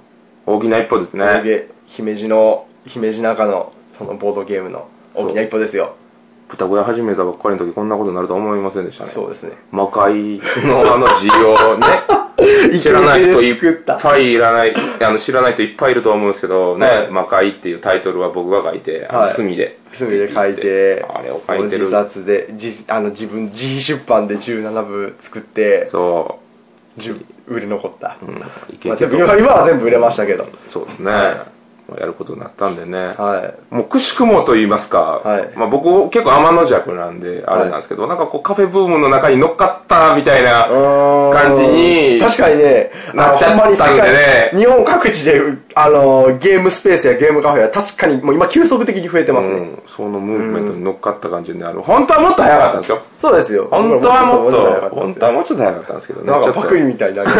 S2: 大きな一歩です
S1: 大
S2: ね。
S1: げ姫路の、姫路中の、そのボードゲームの大きな一歩ですよ。
S2: 豚小屋始めたばっかりの時こんなことになるとは思いませんでしたね。
S1: そうですね。
S2: 魔界のあの字を ね、知らない人いっぱいいらない、あの知らない人いっぱいいると思うんですけどね、魔界っていうタイトルは僕が書いて、あの
S1: はい
S2: 墨で。
S1: 墨で書いて、
S2: あれを書いてる
S1: 自。殺で、自あの自分、自費出版で17部作って、
S2: そ
S1: 10売れ残った。ま
S2: う。いけ
S1: あ
S2: いけ
S1: 全
S2: と
S1: 部今今は全部売れましたけど。
S2: そうですね。まあやることになったんでね。
S1: はい。
S2: もうくしくもと言いますか、
S1: はい
S2: まあ僕結構天の弱なんで、あれなんですけど、なんかこうカフェブームの中に乗っかったみたいな、感
S1: 感
S2: じに
S1: 確かにね、
S2: なっちゃっ
S1: あのほま
S2: たんでね
S1: に世界日本各地で、あの、ゲームスペースやゲームカフェは確かにもう今急速的に増えてますね。
S2: うん、そのムーブメントに乗っかった感じで、あの、本当はもっと早かったんですよ。
S1: そうですよ。
S2: 本当はもっと、本当は
S1: もっ
S2: もうちょっと早かったんですけどね。
S1: なん
S2: ち
S1: か
S2: ょっと
S1: パクリみたいになりまし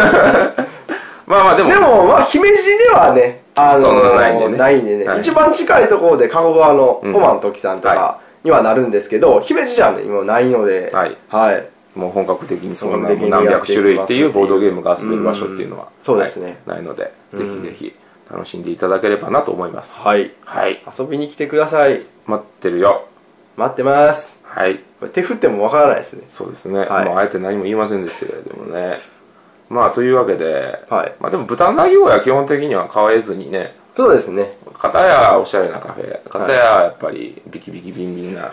S1: た。
S2: まあまあでも、
S1: でも、まあ、姫路ではね、あ
S2: そん
S1: の、
S2: なないんでねはい
S1: 一番近いところで、加古川の小満時さんと
S2: は
S1: かにはなるんですけど、姫路じゃね、今ないので、
S2: はい
S1: はい。
S2: もう本格的にそん
S1: 本
S2: な
S1: 格的に
S2: 何
S1: や
S2: 百
S1: ってい
S2: 種
S1: きます
S2: 類っていうボードゲームが遊べる場所っていうのは、
S1: そうですね
S2: はいないので、ぜひぜひ楽しんでいただければなと思います。
S1: はい。
S2: はい。
S1: 遊びに来てください。
S2: 待ってるよ。
S1: 待ってます。
S2: はい。
S1: これ手振ってもわからないですね。
S2: そうですね。
S1: はい
S2: まあ、あえて何も言いませんでしたけれどもね。まあ、というわけで、
S1: はい
S2: まあでも豚の鳴き声は基本的には変えずにね、
S1: そうですね。
S2: 片やおしゃれなカフェ、片ややっぱりビキビキビンビンな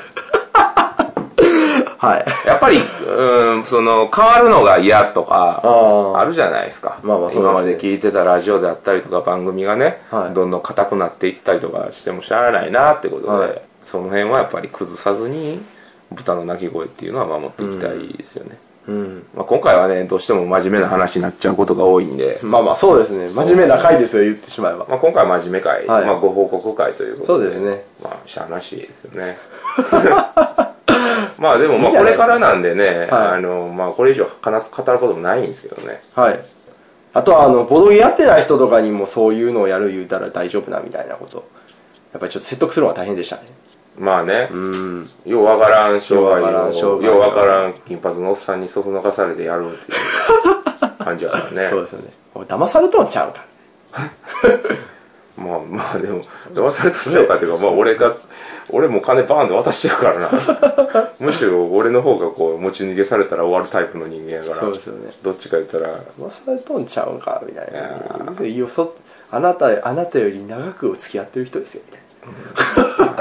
S1: はい。
S2: やっぱり、うーん、その、変わるのが嫌とか、
S1: あ
S2: あるじゃないですか。
S1: まあまあそうですね
S2: 今まで聞いてたラジオであったりとか番組がね、
S1: はい
S2: どんどん硬くなっていったりとかしてもしゃあないなってことで、
S1: はい
S2: その辺はやっぱり崩さずに、豚の鳴き声っていうのは守っていきたいですよね。
S1: うん。
S2: まあ、今回はね、どうしても真面目な話になっちゃうことが多いんで、
S1: まあまあ、そうですね。真面目な回ですよ、言ってしまえば。
S2: まあ、今回は真面目会、
S1: はい
S2: まあ、ご報告会ということで。
S1: そうですね。
S2: まあ、しゃあなしですよね。 まあ、でも、まあ、
S1: いいじゃない
S2: これ
S1: ですか
S2: からなんでね、
S1: はい
S2: あの、まあ、これ以上話す、語ることもないんですけどね。
S1: はい。あとは、あの、ボドゲやってない人とかにもそういうのをやる言うたら大丈夫なみたいなこと。やっぱりちょっと説得するのは大変でしたね。
S2: まあね、
S1: うん。
S2: ようわからん商売
S1: ようわからん商
S2: を、
S1: 売を
S2: ようわからん金髪のおっさんにそそのかされてやろうっていう感じだから ね
S1: そう。ですよね。俺騙されとんちゃうんか。
S2: まあまあ、でも、騙されたんちゃうかっていうか、まあ、俺が、俺もう金バーンと渡してるか らな。むしろ俺の方がこう、持ち逃げされたら終わるタイプの人間やから。
S1: そうですよね。
S2: どっちか言ったら、
S1: 騙されとんちゃうんか、みたい
S2: や
S1: な。いいよ、そ、あなた、あなたより長くお付き合ってる人ですよ、み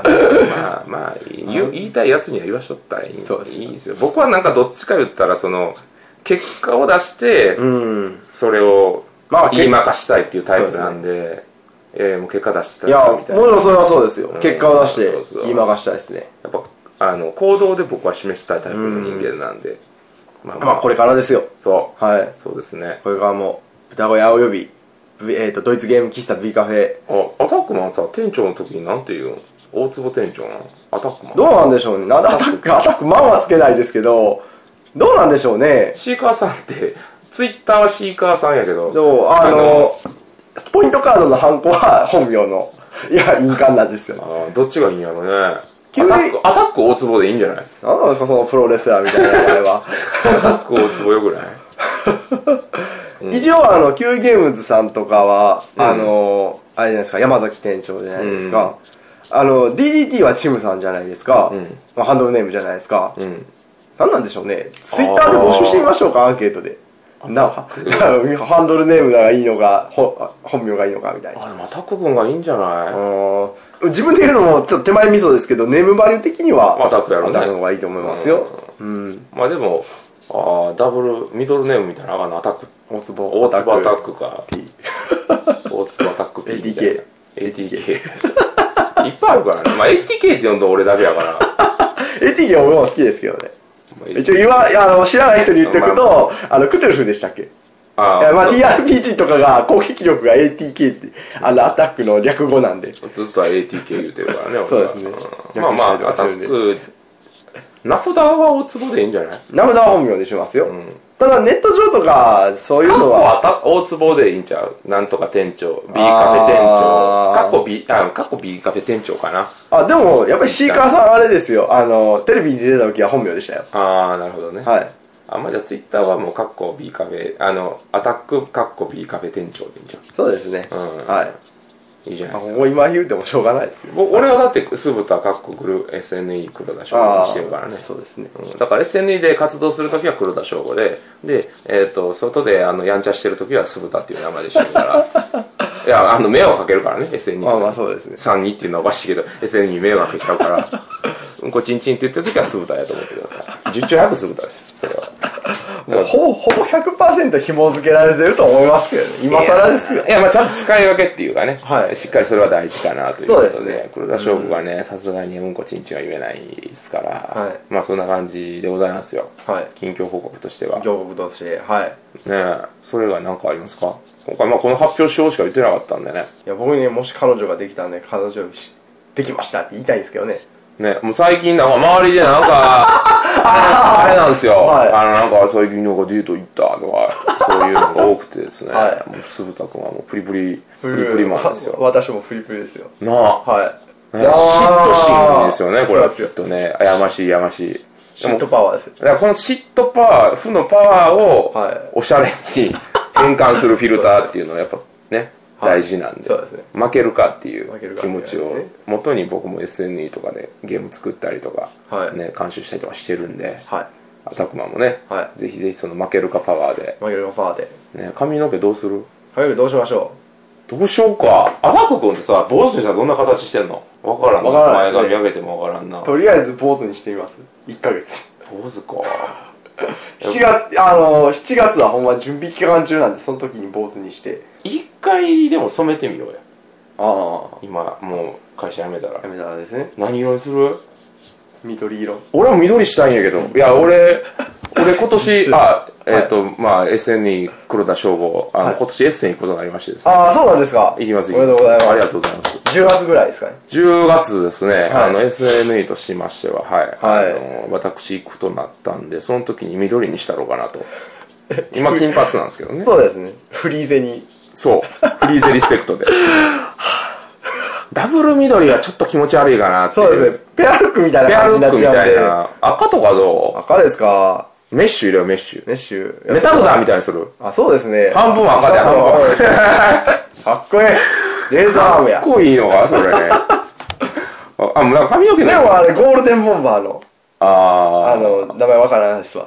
S1: たいな。
S2: まあまあ、言う言いたいやつには言わしとったらいい
S1: そうです
S2: いいですよ。僕はなんかどっちか言ったら、その、結果を出して、
S1: うん。
S2: それを
S1: まあ
S2: 言いまかしたいっていうタイプなんで、えーもう結果出した
S1: いや、も
S2: み
S1: ち
S2: たいな。
S1: ろんそれはそうですよ
S2: ん。
S1: 結果を出し
S2: そうそ
S1: て、
S2: う
S1: 言いまかしたいですね。
S2: やっぱ、あの、行動で僕は示したいタイプの人間なんで。まあ
S1: まあ、これからですよ。
S2: そう。
S1: はい
S2: そうですね。
S1: これからも、豚小屋および、ブえっ、と、ドイツゲーム喫茶 B カフェ、
S2: あ、アタックマンさ、店長の時になんて言うの大坪店長なのアタックマン。
S1: どうなんでしょうね。なんでアタック、アタックマンはつけないですけど、どうなんでしょうね。
S2: シーカーさんって、ツイッターはシーカーさんやけど、
S1: でも、あの、ポイントカードのハンコは本名の、いや、印鑑なんですよ。
S2: あーどっちがいいんやろね。アタ
S1: 急に
S2: ック、アタック大坪でいいんじ ゃない
S1: なんなんですか、そのプロレスラーみたいな名前は。
S2: アタック大坪よくない
S1: 一応、あの、Q ゲームズさんとかは、あの、あれじゃないですか、山崎店長じゃないですか。あの、DDT はチムさんじゃないですか。
S2: ん
S1: まあ、ハンドルネームじゃないですか。
S2: うん。
S1: なんなんでしょうね。ツイッターで募集してみましょうか、アンケートで。な、ハンドルネームならいいのか、ほ本名がいいのかみたいな。
S2: あれ、またこくんがいいんじゃない、
S1: うん自分で言うのもちょっと手前味噌ですけど、ネームバリュー的には、
S2: アタックやろね
S1: アタの方がいいと思いますよ。うん。
S2: まあでも、ああ、ダブル、ミドルネームみたいなのあかんな、アタック。
S1: 大坪
S2: 大粒アタッ
S1: ク。
S2: クか
S1: P
S2: 大粒アタック P みたいな ATK いっぱいあるからねまあ ATK って呼んだ俺だけやから
S1: ATK は俺も好きですけどね。
S2: まあ
S1: 一応言わ、あの、知らない人に言っておく
S2: ま
S1: と、あの、クトゥルフでしたっけい
S2: あ
S1: や、まあ、
S2: ず
S1: TRPG とかが攻撃力が ATK って、あの、アタックの略語なんで。
S2: っとずっと ATK 言うてるからね俺は
S1: そうですね
S2: うんまあま
S1: 逆に
S2: あアタック名札は大坪でいいんじゃない
S1: 名札は本名にしますよ。
S2: ん
S1: ただ、ネット上とか、そういう
S2: 過
S1: の
S2: 去
S1: は、
S2: はた大坪でいいんちゃうなんとか店長 B カフェ店長
S1: あー
S2: 過去 B あ過去 B カフェ店長かな
S1: あ、でも、やっぱりシーカーさんあれですよ。あの、テレビに出た時は本名でしたよ。
S2: ああなるほどね
S1: はい。
S2: あんまあじゃあツイッターはもうカッコ B カフェあのアタックカッコ B カフェ店長でいいんちゃ
S1: そうですね。
S2: うん
S1: はい。
S2: ういいじゃない
S1: あ
S2: ですか
S1: ここ今言うてもしょうがないですよ。
S2: ぼ俺はだって酢豚かっこ黒 SNE 黒田省吾にしてるからね
S1: そうですね。
S2: うんだから SNE で活動するときは黒田省吾でで、えっと外であのやんちゃしてるときは酢豚っていう名前でしてるから いやあの迷惑かけるからね SNE
S1: まあまあそうですね。
S2: さんにっていうのはおかしいけど SNE に迷惑かけちゃうから うんこちんちんって言ってるときは酢豚やと思ってください十中百酢豚ですそれは
S1: もうほぼ、ほぼ100%紐付けられてると思いますけどね。今更ですよ。
S2: いやまあちゃんと使い分けっていうかね、
S1: はい
S2: しっかりそれは大事かなということで
S1: そうですね
S2: 黒田省吾がねさすがにうんこちんちんは言えないですから、
S1: はい
S2: まあそんな感じでございますよ
S1: はい。
S2: 近況報告としてはね
S1: 行国同士で、はい。
S2: えそれ以外何かありますか今回まあこの発表しようしか言ってなかったんでね
S1: いや、僕にね、もし彼女ができたんで、彼女しできましたって言いたいんですけどね。
S2: ねもう最近なんか周りでなんかあれなんですよ、
S1: はい
S2: あのなんか最近なんかデート行ったとかそういうのが多くてですね、
S1: は
S2: もう酢豚君はもうプリプリプリプリマンですよ
S1: わ私もプリプリですよ。
S2: なあ
S1: はい。
S2: ね嫉妬心ですよね、これは
S1: そうで
S2: きっ
S1: すよ
S2: とね。あやましい、やましい。で
S1: 嫉
S2: も、
S1: 妬
S2: だ
S1: パワーですよ。
S2: からこの嫉妬パワー、負のパワーを
S1: はい、
S2: おしゃれに変換するフィルターっていうのはやっぱね、
S1: はい
S2: 大事なんで
S1: そうですね。
S2: 負けるかってい
S1: 負ける
S2: う
S1: かっ
S2: 気
S1: ていう
S2: 持
S1: やつ
S2: ち
S1: ね
S2: を、元に僕も SNE とかでゲーム作ったりとか
S1: は、い
S2: ね、監修したりとかしてるんで、
S1: はい。
S2: あたくまもね
S1: は、い
S2: ぜひぜひその負けるかパワーで、
S1: マギルのパワーで。
S2: ね、髪の毛どうする
S1: はい、どうしましょ
S2: どうしようか。あたくくんってさ、坊主にしたらどんな形してんのわからんな。
S1: わからない
S2: 前髪上げてもわからんな
S1: う。。とりあえず、坊主にしてみます。1ヶ月。
S2: 坊主か。
S1: 7月、あのー、7月はほんま準備期間中なんで、その時に坊主にして。
S2: 一回でも染めてみようや
S1: ああ。
S2: 今もう会社辞めたら
S1: やめたらですね。
S2: 何色にする
S1: 緑色。
S2: 俺も緑したいんやけどいや俺俺 今年あえっ、と、まあ SNE 黒田省吾あの、今年エッセン行くことになりましてですね
S1: ああ、そうなんですか。
S2: 行きます行
S1: おめ
S2: き
S1: でと
S2: ます
S1: うございます。
S2: ありがとうございます
S1: 10月ぐらいですかね。
S2: 10月ですね、
S1: い
S2: あの SNE としましてははい、
S1: はい
S2: あの私行くとなったんでその時に緑にしたろうかなと今金髪なんですけど ね
S1: そうですね。フリーゼに。
S2: そう。フリーゼリスペクトで。ダブル緑はちょっと気持ち悪いかなってい。
S1: そううですね。ペアルックみたいな
S2: ペア
S1: 感じ
S2: ル
S1: になっ
S2: ックみ
S1: ちゃ
S2: た
S1: うん
S2: い
S1: で。
S2: な。赤とかど
S1: 赤ですか。
S2: うメッシュ入れよう、メッシュ。
S1: メッシュ。
S2: メタルダーみたいにする。
S1: あ、そうですね。
S2: 半分赤で半分赤。
S1: 分。かっこいい。レーザーアームや。
S2: かっ
S1: で
S2: こいいのか、それ。 あ、あもうなんか髪の毛ね。
S1: もあれ、ゴールデンボンバーの、あ
S2: あ
S1: の、名前わからないですわ。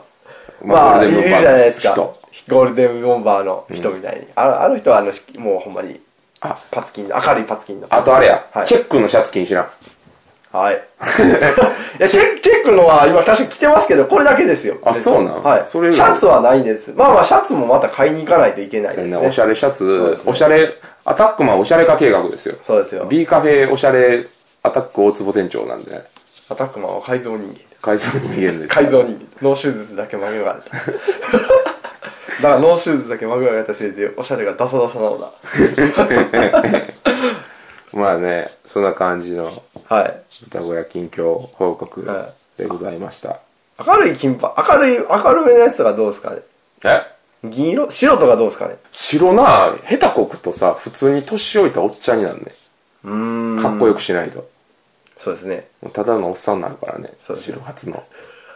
S2: ま
S1: まあ、
S2: あゴー
S1: い
S2: ルデン
S1: る
S2: ボン
S1: じ
S2: バーの
S1: ゃないですか。
S2: 人
S1: ゴールデンボンバーの人みたいに。あのあの人は、あの、もうほんまに、パツキン、明るいパツキンの。
S2: あ。あとあれや、
S1: はい
S2: チェックのシャツ禁止な。
S1: はい。いやチェック、チェックのは今確か着てますけど、これだけですよ。
S2: あそうなん
S1: はい。シ
S2: それ以外
S1: ャツはないんです。まあまあ、シャツもまた買いに行かないといけないです
S2: みん
S1: ね。
S2: なおしゃれシャ
S1: う
S2: ツ
S1: です、ね
S2: おしゃれ、アタックマンおしゃれ化計画ですよ。
S1: そうですよ。
S2: B カフェおしゃれアタック大坪店長なんでね。
S1: アタックマンは改造人間。
S2: 改造人間です。
S1: 改造人間。脳手術だけ曲げられた。だか ら脳手術だけ曲げられたせいで、おしゃれがダサダサなのだ。
S2: まあね、そんな感じの
S1: はい。
S2: 豚小屋近況報告
S1: は
S2: でございました。
S1: 明るい金髪、明るい、明るめのやつがどうですかね。
S2: え
S1: 銀色白とかどうですかね。
S2: 白な、下手こくとさ、普通に年老いたおっちゃんになんね。
S1: うーん。
S2: かっこよくしないと。
S1: そうですね。
S2: もうただのおっさんになるからね。
S1: そうですね
S2: 白髪の。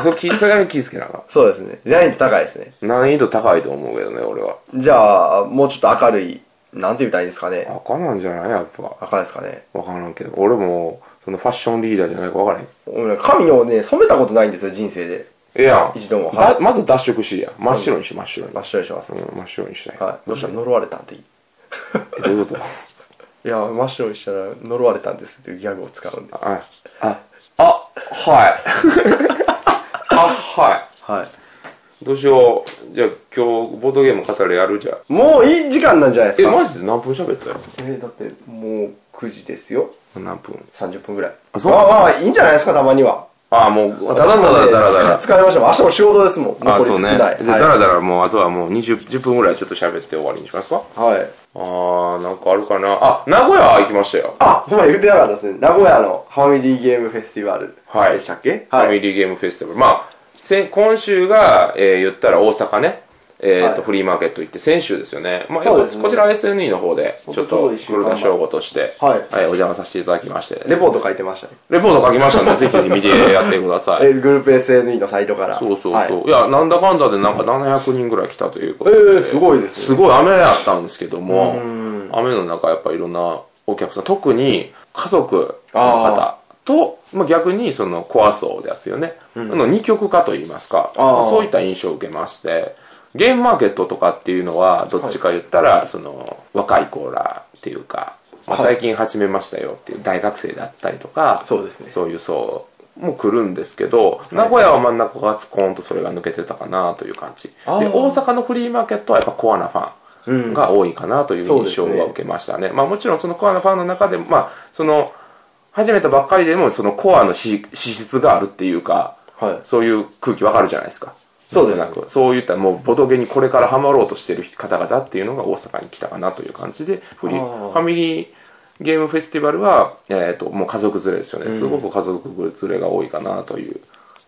S2: それ気それだけ気ぃつけなあか
S1: そうですね。難易度高いですね。
S2: ん難易度高いと思うけどね、俺は。
S1: じゃあ、もうちょっと明るいなんて言ったらいいんですかね。
S2: 赤なんじゃないやっぱ。
S1: 赤ですかね。
S2: わからんけど。俺も、そのファッションリーダーじゃないかわからへん。
S1: 俺ね髪をね、染めたことないんですよ、人生で。
S2: ええやん。
S1: 一度もは
S2: だまず脱色しや。真っ白にし、真っ白に。
S1: 真っ白にします。
S2: うん、真っ白にしたい。
S1: はい。どうした呪われたんっていい。
S2: えどういうこと
S1: いや、真っ白にしたら呪われたんですっていうギャグを使うんで。
S2: あ、あ、あ、はい。 あ、は
S1: はい。
S2: い。どうしよう。じゃあ今日、ボードゲーム語るやるじゃん。
S1: もういい時間なんじゃないで
S2: え、
S1: すか。
S2: マジで何分喋ったよ
S1: えだってもう9時ですよ。
S2: 何分
S1: 30分ぐらい。
S2: あそう
S1: まあまあ、いいんじゃないですか、たまには。
S2: ああ、もう、ただただだらだら。
S1: 疲れましたもん。明日も仕事ですもん。
S2: あ
S1: 残り
S2: そ
S1: 少
S2: う
S1: な
S2: ね。
S1: い。
S2: で、
S1: はい
S2: だらだらもう、あとはもう20 10分ぐらいちょっと喋って終わりにしますか
S1: はい。
S2: あー、なんかあるかな。あ、名古屋行きましたよ。
S1: あ、ほんま言ってなかったですね。名古屋のファミリーゲームフェスティバル
S2: はい
S1: でしたっけ
S2: ファミリーゲームフェスティバル。まあ、せ今週が、えー言ったら大阪ね、えーと、
S1: はい
S2: フリーマーケット行って、先週ですよね。まあ、
S1: そうですね
S2: こちら SNE の方で、ちょっ
S1: ちょう
S2: と
S1: ど一週間
S2: 黒田翔吾として、
S1: はい
S2: お邪魔させていただきまして、
S1: レポート書いてましたね。
S2: レポート書きましたので、ぜひぜひ見てやってくだ さい。
S1: え、グループ SNE のサイトから。
S2: そうそうそう。
S1: はい
S2: い、や、なんだかんだでなんか700人ぐらい来たということ
S1: え
S2: で。
S1: ー、すごいです
S2: す
S1: ね。
S2: ごい雨だったんですけども、雨の中やっぱいろんなお客さん、特に家族の方と、まあ、逆にそのコア層ですよね。あの二極化といいますか、
S1: あー
S2: そういった印象を受けまして、ゲームマーケットとかっていうのは、どっちか言ったら、その若いコーラっていうか、まあ、
S1: はい
S2: 最近始めましたよっていう大学生だったりとか、
S1: そうですね
S2: そういう層も来るんですけど、名古屋は真ん中がスコーンとそれが抜けてたかなという感じ。で、
S1: あー
S2: 大阪のフリーマーケットはやっぱコアなファンが多いかなという印象は受けましたね。まあもちろんそのコアなファンの中でも、まあその、始めたばっかりでもそのコアの資資質があるっていうか、
S1: はい
S2: そういう空気わかるじゃないですか。
S1: そうですね
S2: なんとなくそういったもうボドゲにこれからハマろうとしてる方々っていうのが大阪に来たかなという感じで、フリ
S1: あ
S2: ー
S1: ー
S2: ファミリーゲームフェスティバルは、えっ、と、もう家族連れですよね。すごく家族連れが多いかなという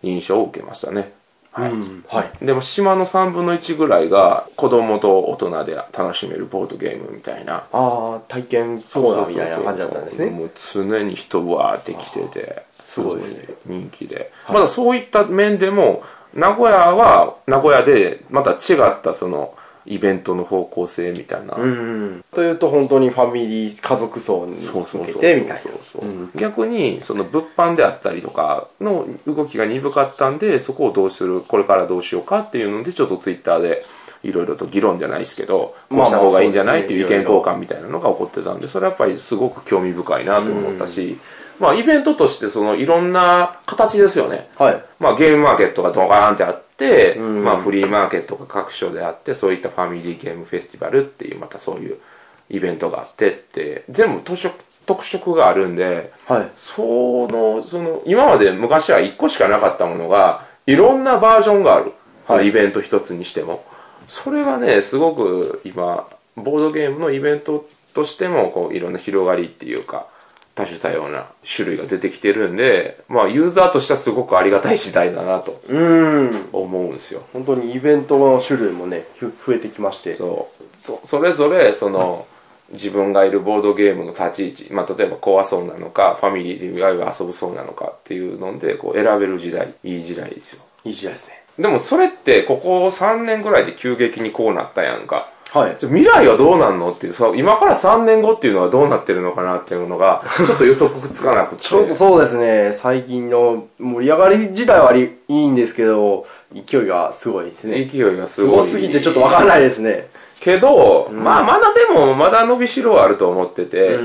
S2: 印象を受けましたね。はい。
S1: うんはい。
S2: でも島の3分の1ぐらいが子供と大人で楽しめるボードゲームみたいな。
S1: あー、体験コーナーみたいな感じだったんですね。
S2: もう常に人わーって来てて、す
S1: ご
S2: ご
S1: い
S2: い
S1: ですね
S2: 人気で。まだそういった面でも、名古屋は名古屋でまた違ったそのイベントの方向性みたいな。
S1: うん。というと本当にファミリー、家族層に
S2: そうそう
S1: 向け
S2: そう
S1: てみたい
S2: そうそうそう逆にその物販であったりとかの動きが鈍かったんでそこをどうするこれからどうしようかっていうのでちょっとツイッターでいろいろと議論じゃないですけどこ
S1: ま
S2: う
S1: あ
S2: した方がいいんじゃない
S1: まあ
S2: っていう意見交換みたいなのが起こってたんでそれはやっぱりすごく興味深いなと思ったし、まあイベントとしてそのいろんな形ですよね。
S1: な。はい。
S2: まあ、ゲームマーケットがドカーンってあって、まあ、フリーマーケットが各所であってそういったファミリーゲームフェスティバルっていうまたそういうイベントがあってって全部特色特色があるんで
S1: はい。
S2: そのその今まで昔は1個しかなかったものがいろんなバージョンがある、そのイベント一つにしてもそれがねすごく今ボードゲームのイベントとしてもこういろんな広がりっていうか多種多様な種類が出てきてるんでまあユーザーとしてはすごくありがたい時代だなと
S1: うん。
S2: 思うんですよ
S1: 本当にイベントの種類もね、ふ増えてきまして。
S2: そうそそれぞれその自分がいるボードゲームの立ち位置、まあ、例えばコア層なのかファミリーでいわゆる遊ぶ層なのかっていうのでこう選べる時代いい時代ですよ
S1: いい時代ですね。
S2: でもそれってここ3年ぐらいで急激にこうなったやんか
S1: はい。
S2: じゃあ未来はどうなんのっていうそう今から3年後っていうのはどうなってるのかなっていうのがちょっと予測つかなくて
S1: ちょっとそうですね、最近の盛り上がり自体はありいいんですけど、勢いがすごいですね。
S2: 勢いがす
S1: す
S2: ご
S1: ご
S2: い
S1: すぎてちょっとわからないですね。
S2: けど、まあまだでもまだ伸びしろはあると思ってて、
S1: う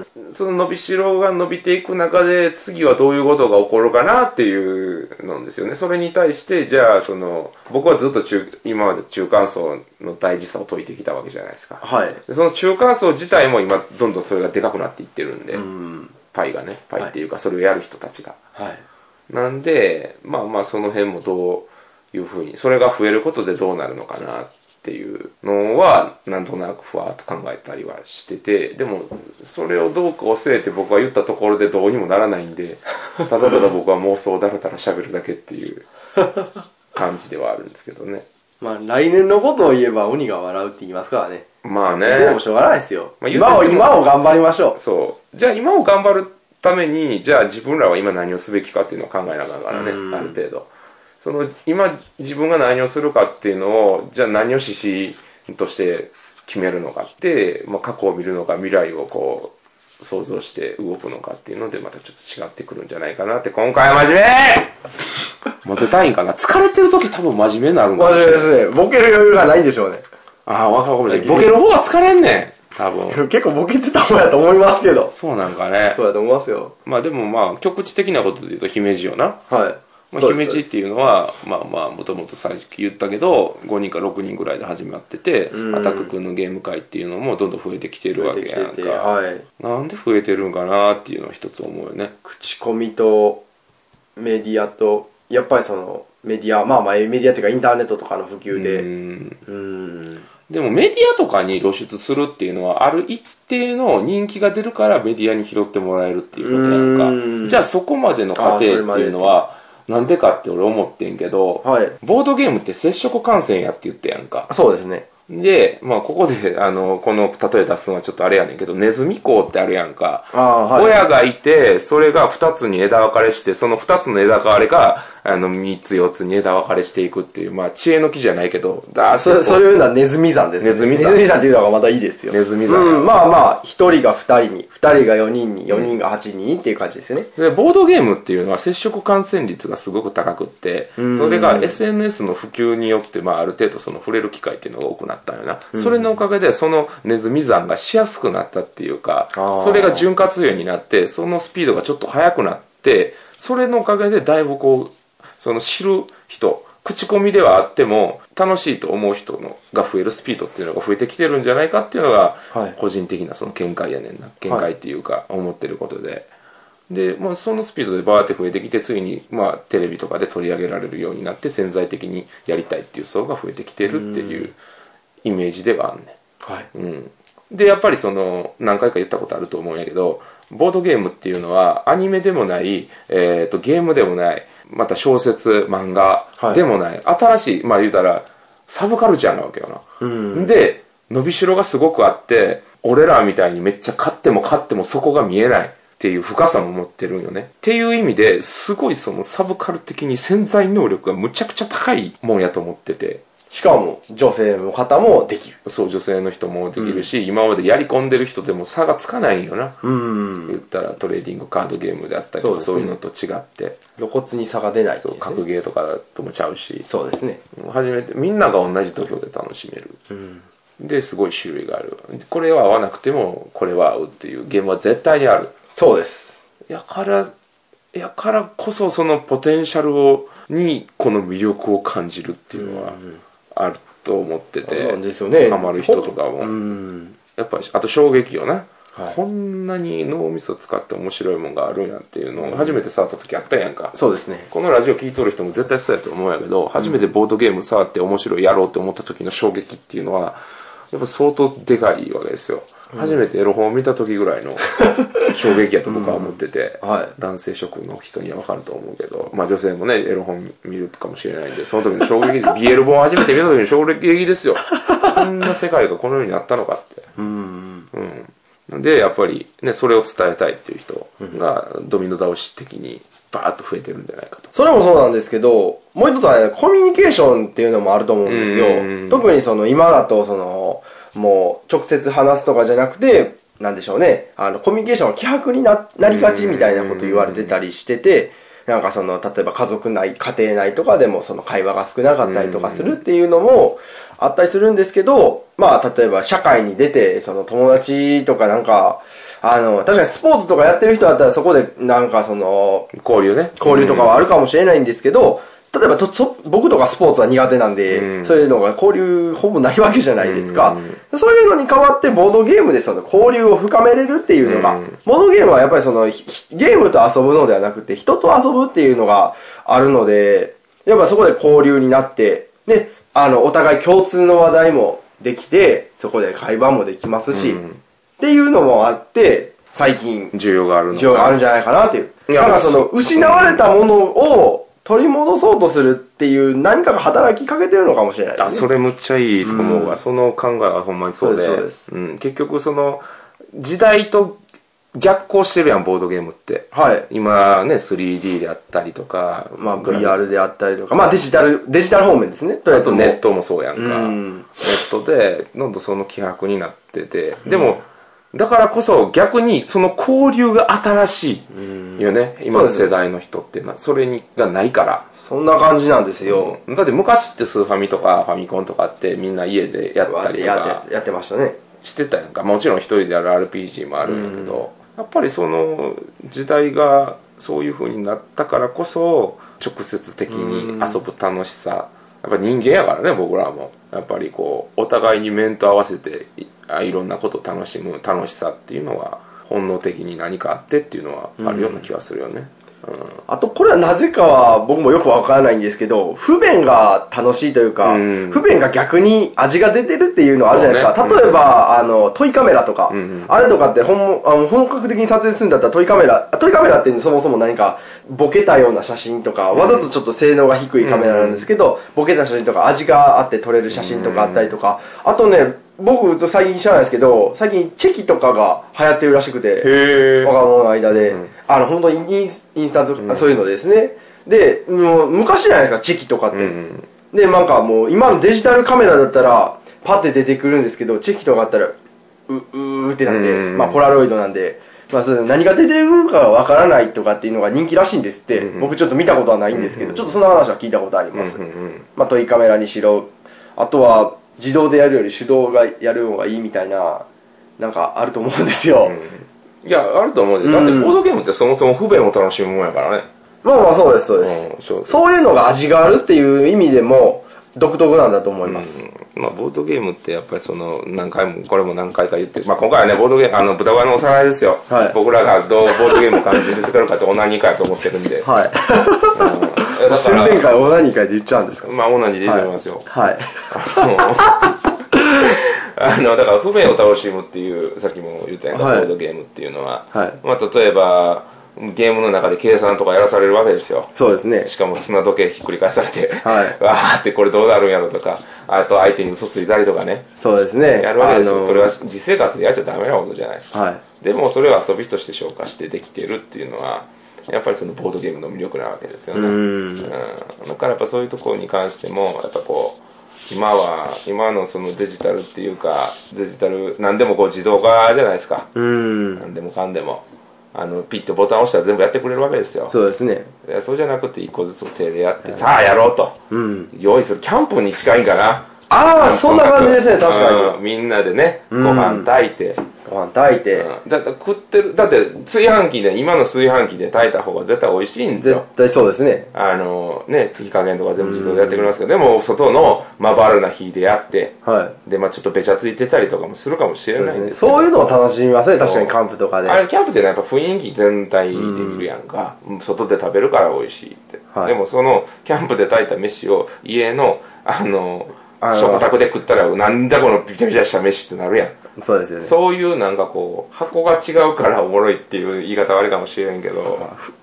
S1: ん。
S2: その伸びしろが伸びていく中で次はどういうことが起こるかなっていうのですよね。それに対して、じゃあその、僕はずっと中、今まで中間層の大事さを解いてきたわけじゃないですか。
S1: はい。
S2: でその中間層自体も今どんどんそれがでかくなっていってるんで、
S1: うん。
S2: パイがね、パイっていうかそれをやる人たちが。
S1: はい。
S2: なんで、まあまあその辺もどういうふうに、それが増えることでどうなるのかなっていうのは、なんとなくふわっと考えたりはしてて、でも、それをどうか忘れて僕は言ったところでどうにもならない んで、ただただ僕は妄想をだらだら喋るだけっていう感じではあるんですけどね。
S1: まあ、来年のことを言えば鬼が笑うって言いますからね。
S2: まあね。
S1: でもしょうがないですよ。
S2: まあ言うて
S1: 今を、
S2: みても
S1: 今を頑張りましょ
S2: そう。じゃあ今を頑張るために、じゃあ自分らは今何をすべきかっていうのを考えながらね、ある程度。その、今自分が何をするかっていうのを、じゃあ何を指針として決めるのかって、まあ、過去を見るのか未来をこう想像して動くのかっていうのでまたちょっと違ってくるんじゃないかなって今回は真面 目モテたいんかな疲れてる時多分真面目になるん
S1: ま
S2: か
S1: あ
S2: もしれない
S1: ですね、ボケる余裕がないんでしょうね。
S2: ああ分かるかもしれないボケる方が疲れんねん多分
S1: 結構ボケてた方やと思いますけど。
S2: そうなんかね
S1: そうやと思いますよ。
S2: まあでもまあ局地的なことで言うと姫路よな
S1: はい。
S2: まあ、
S1: そうで
S2: 姫
S1: す
S2: 路っていうのはまあまあもともとさっき言ったけど5人か6人ぐらいで始まっててアタック君のゲーム会っていうのもどんどん増えてきてるわ
S1: 出
S2: け
S1: てき
S2: やん
S1: てて、
S2: か
S1: はい。
S2: なんで増えてるんかなっていうのを一つ思うよね
S1: 口コミとメディアと、やっぱりその、メディア、まあまあメディアっていうかインターネットとかの普及
S2: う
S1: で、
S2: ん
S1: うん。
S2: でもメディアとかに露出するっていうのはある一定の人気が出るからメディアに拾ってもらえるっていうことやん
S1: う
S2: か
S1: ん
S2: じゃあそこまでの過程っていうのはなんでかって俺思ってんけど、
S1: はい。
S2: ボードゲームって接触感染やって言ってやんか
S1: そうですね。
S2: で、まあ、ここで、あの、この例え出すのはちょっとあれやねんけど、ネズミ講ってあるやんか。
S1: ああ、はい。
S2: 親がいて、それが二つに枝分かれして、その二つの枝分かれが、あの、三つ四つに枝分かれしていくっていう、まあ、知恵の木じゃないけど、だ
S1: あそれ、それを言うのはネズミ山です、ね。
S2: ネズミ山
S1: ネズミ山っていうのがまたいいですよ。
S2: ネズミ山
S1: うん、まあまあ、一人が二人に、二人が四人に、四人が八人にっていう感じですよね。
S2: で、ボードゲームっていうのは接触感染率がすごく高くって、それが SNS の普及によって、まあ、ある程度その触れる機会っていうのが多くなったんよな。それのおかげで、そのネズミ算がしやすくなったっていうか、
S1: あー
S2: それが潤滑油になって、そのスピードがちょっと速くなって、それのおかげでだいぶこう、その知る人、口コミではあっても、楽しいと思う人のが増えるスピードっていうのが増えてきてるんじゃないかっていうのが、
S1: はい
S2: 個人的なその見解やねんな。見解っていうか、思ってることで。で、まあ、そのスピードでバーって増えてきて、ついに、まあ、テレビとかで取り上げられるようになって、潜在的にやりたいっていう層が増えてきてるっていうイメージではあんねん。
S1: はい。
S2: うん、でやっぱりその何回か言ったことあると思うんやけどボードゲームっていうのはアニメでもない、えー、とゲームでもないまた小説漫画
S1: はい
S2: でもない、新しいまあ言うたらサブカルチャーなわけよな、で伸びしろがすごくあって俺らみたいにめっちゃ勝っても勝ってもそこが見えないっていう深さも持ってるんよねっていう意味ですごいそのサブカル的に潜在能力がむちゃくちゃ高いもんやと思ってて
S1: しかも、女性の方もできる。
S2: そう、女性の人もできるし、今までやり込んでる人でも差がつかないんよな。
S1: うん。
S2: 言ったらトレーディングカードゲームであったりとか、そ
S1: そううですね
S2: いうのと違って、
S1: 露骨に差が出ないって
S2: そ、
S1: いううですね、
S2: 格ゲーとかともちゃうし、
S1: そうですね。
S2: 初めて、みんなが同じ土俵で楽しめる。で、すごい種類がある。これは合わなくても、これは合うっていうゲームは絶対にある。
S1: そうです。
S2: やから、やからこそそのポテンシャルを、に、この魅力を感じるっていうのは、あると思ってて。
S1: そうなんですよね。
S2: ハマる人とかも。
S1: うん。
S2: やっぱあと衝撃よな、
S1: はい
S2: こんなに脳みそ使って面白いもんがあるんやっていうのを初めて触った時あったやんか、
S1: そうですね。
S2: このラジオ聞いとる人も絶対そうやと思うんやけど初めてボードゲーム触って面白いやろうって思った時の衝撃っていうのはやっぱ相当でかいわけですよ、初めてエロ本を見た時ぐらいの衝撃やと僕は思って て、
S1: うんはい
S2: 男性諸君の人には分かると思うけど、まあ、女性もねエロ本見るかもしれないんでその時の衝撃 BL 本を初めて見た時の衝撃ですよこんな世界がこのようになったのかって
S1: うん。
S2: うん、でやっぱり、ね、それを伝えたいっていう人がドミノ倒し的にバーッと増えてるんじゃないかと。
S1: それもそうなんですけど、もう一つはね、コミュニケーションっていうのもあると思うんですよ
S2: うん。
S1: 特にその今だと、その、もう直接話すとかじゃなくて、なんでしょうね、あの、コミュニケーションが希薄にななりがちみたいなこと言われてたりしてて、なんかその、例えば家族内、家庭内とかでもその会話が少なかったりとかするっていうのもあったりするんですけど、まあ、例えば社会に出て、その友達とかなんか、あの、確かにスポーツとかやってる人だったらそこでなんかその、
S2: 交流ね。
S1: 交流とかはあるかもしれないんですけど、例えばとそ僕とかスポーツは苦手なんで、そういうのが交流ほぼないわけじゃないですか、そういうのに代わってボードゲームでその交流を深めれるっていうのが、ボードゲームはやっぱりそのひひゲームと遊ぶのではなくて人と遊ぶっていうのがあるので、やっぱそこで交流になって、で、あの、お互い共通の話題もできて、そこで会話もできますし、っていうのもあって、最近、
S2: 需要があるのか。
S1: 需要があるんじゃないかなっていう。
S2: いや
S1: なんかその、
S2: そう
S1: 失われたものを取り戻そうとするっていう何かが働きかけてるのかもしれないで
S2: あ、
S1: すね。
S2: それむっちゃいいと思うわ。その考えはほんまにそうで。
S1: そうです
S2: うん、結局その、時代と逆行してるやん、ボードゲームって。
S1: はい。
S2: 今ね、3D であったりとか、
S1: まあ、VR であったりとか、まあ、デジタル、デジタル方面ですね。とりあ
S2: あ
S1: えず
S2: と
S1: もう
S2: ネッ。トもそうやんか。
S1: うん
S2: ネットで、どんどんその希薄になってて。でも、だからこそ逆にその交流が新しいよね。今の世代の人ってな、それにがないから。
S1: そんな感じなんですよ。
S2: だって昔ってスーファミとかファミコンとかってみんな家でやったりと
S1: や
S2: か
S1: って、やってましたね。
S2: してたやんか。もちろん一人でやる RPG もあるんやけど、やっぱりその時代がそういう風になったからこそ、直接的に遊ぶ楽しさ。やっぱ人間やからね、僕らも。やっぱりこう、お互いに面と合わせて、いあいろんなことを楽しむ楽しさっていうのは、本能的に何かあってっていうのはあるような気がするよね。
S1: あと、これはなぜかは僕もよくわからないんですけど、不便が楽しいというか、
S2: うん
S1: 不便が逆に味が出てるっていうのはあるじゃないです
S2: そう
S1: か。
S2: ね
S1: 例えば、あの、トイカメラとか、あれとかって本あの本格的に撮影するんだったらトイカメラ、トイカメラってそもそも何かボケたような写真とか、わざとちょっと性能が低いカメラなんですけど、ボケた写真とか味があって撮れる写真とかあったりとか、あとね、僕と最近知らないですけど、最近チェキとかが流行ってるらしくて、
S2: へー
S1: 若者の間で、あの本当にインスインスタント、そういうのですねでもう昔じゃないですかチェキとかって、でなんかもう今のデジタルカメラだったらパッて出てくるんですけどチェキとかあったらううーってなって、
S2: うんうん
S1: まあポラロイドなんで、まあ、それ何が出てくるかわからないとかっていうのが人気らしいんですって、僕ちょっと見たことはないんですけど、ちょっとその話は聞いたことあります、まあトイカメラにしろあとは自動でやるより手動がやる方がいいみたいななんかあると思うんですよ、
S2: いや、あると思うで。だってボードゲームってそもそも不便を楽しむもんやからね。
S1: まあまあそうですそうです、
S2: うん、そう
S1: そういうのが味があるっていう意味でも独特なんだと思います、
S2: まあ、ボードゲームってやっぱりその何回もこれも何回か言ってる、まあ、今回はねボードゲームあの豚小屋のおさらいですよ、
S1: はい
S2: 僕らがどうボードゲームを感じてくるかってオナニーかやと思ってるんで、
S1: はい
S2: えだか
S1: 宣伝
S2: ら
S1: 会オナニー会で言っちゃうんですか
S2: まあオナニーでいいと思いますよ、
S1: はい
S2: あのだから不便を楽しむっていうさっきも言ったやんか、
S1: はい
S2: ボードゲームっていうのは、
S1: はい
S2: まあ、例えばゲームの中で計算とかやらされるわけですよ
S1: そうですね
S2: しかも砂時計ひっくり返されて、
S1: はい
S2: わーってこれどうなるんやろとかあと相手に嘘ついたりとかね
S1: そうですね
S2: やるわけですよ、
S1: あの
S2: それは実生活でやっちゃダメなことじゃないですか、
S1: はい
S2: でもそれを遊びとして消化してできてるっていうのはやっぱりそのボードゲームの魅力なわけですよねうんだからやっぱそういうところに関してもやっぱこう今は今のそのデジタルっていうかデジタル何でもこう自動化じゃないですか
S1: うん
S2: 何でもかんでもあのピッとボタン押したら全部やってくれるわけですよ
S1: そうですね
S2: いやそうじゃなくて一個ずつ手でやって、さあやろうと、用意するキャンプに近いんかな
S1: ああそんな感じですね確かに
S2: にみんなでねご飯炊いて、
S1: ご飯炊いて、
S2: うんだって食ってるだって炊飯器で今の炊飯器で炊いた方が絶対美味しいんです
S1: 絶
S2: よ
S1: 対そうですね
S2: あのね火加減とか全部自動でやってくれますけど、でも外のまばらな火でやって、
S1: は
S2: でまあちょっとべちゃついてたりとかもするかもしれないん
S1: い
S2: ですけど
S1: そういうのを楽しみますね確かにカンプとかで
S2: あれキャンプってやっぱ雰囲気全体で見るやんか、外で食べるから美味しいって、
S1: はい
S2: でもそのキャンプで炊いた飯を家のあの
S1: あの
S2: 食卓で食ったらなんだこのびちゃびちゃした飯ってなるやん
S1: そうですよね
S2: そういうなんかこう箱が違うからおもろいっていう言い方はあれかもしれんけど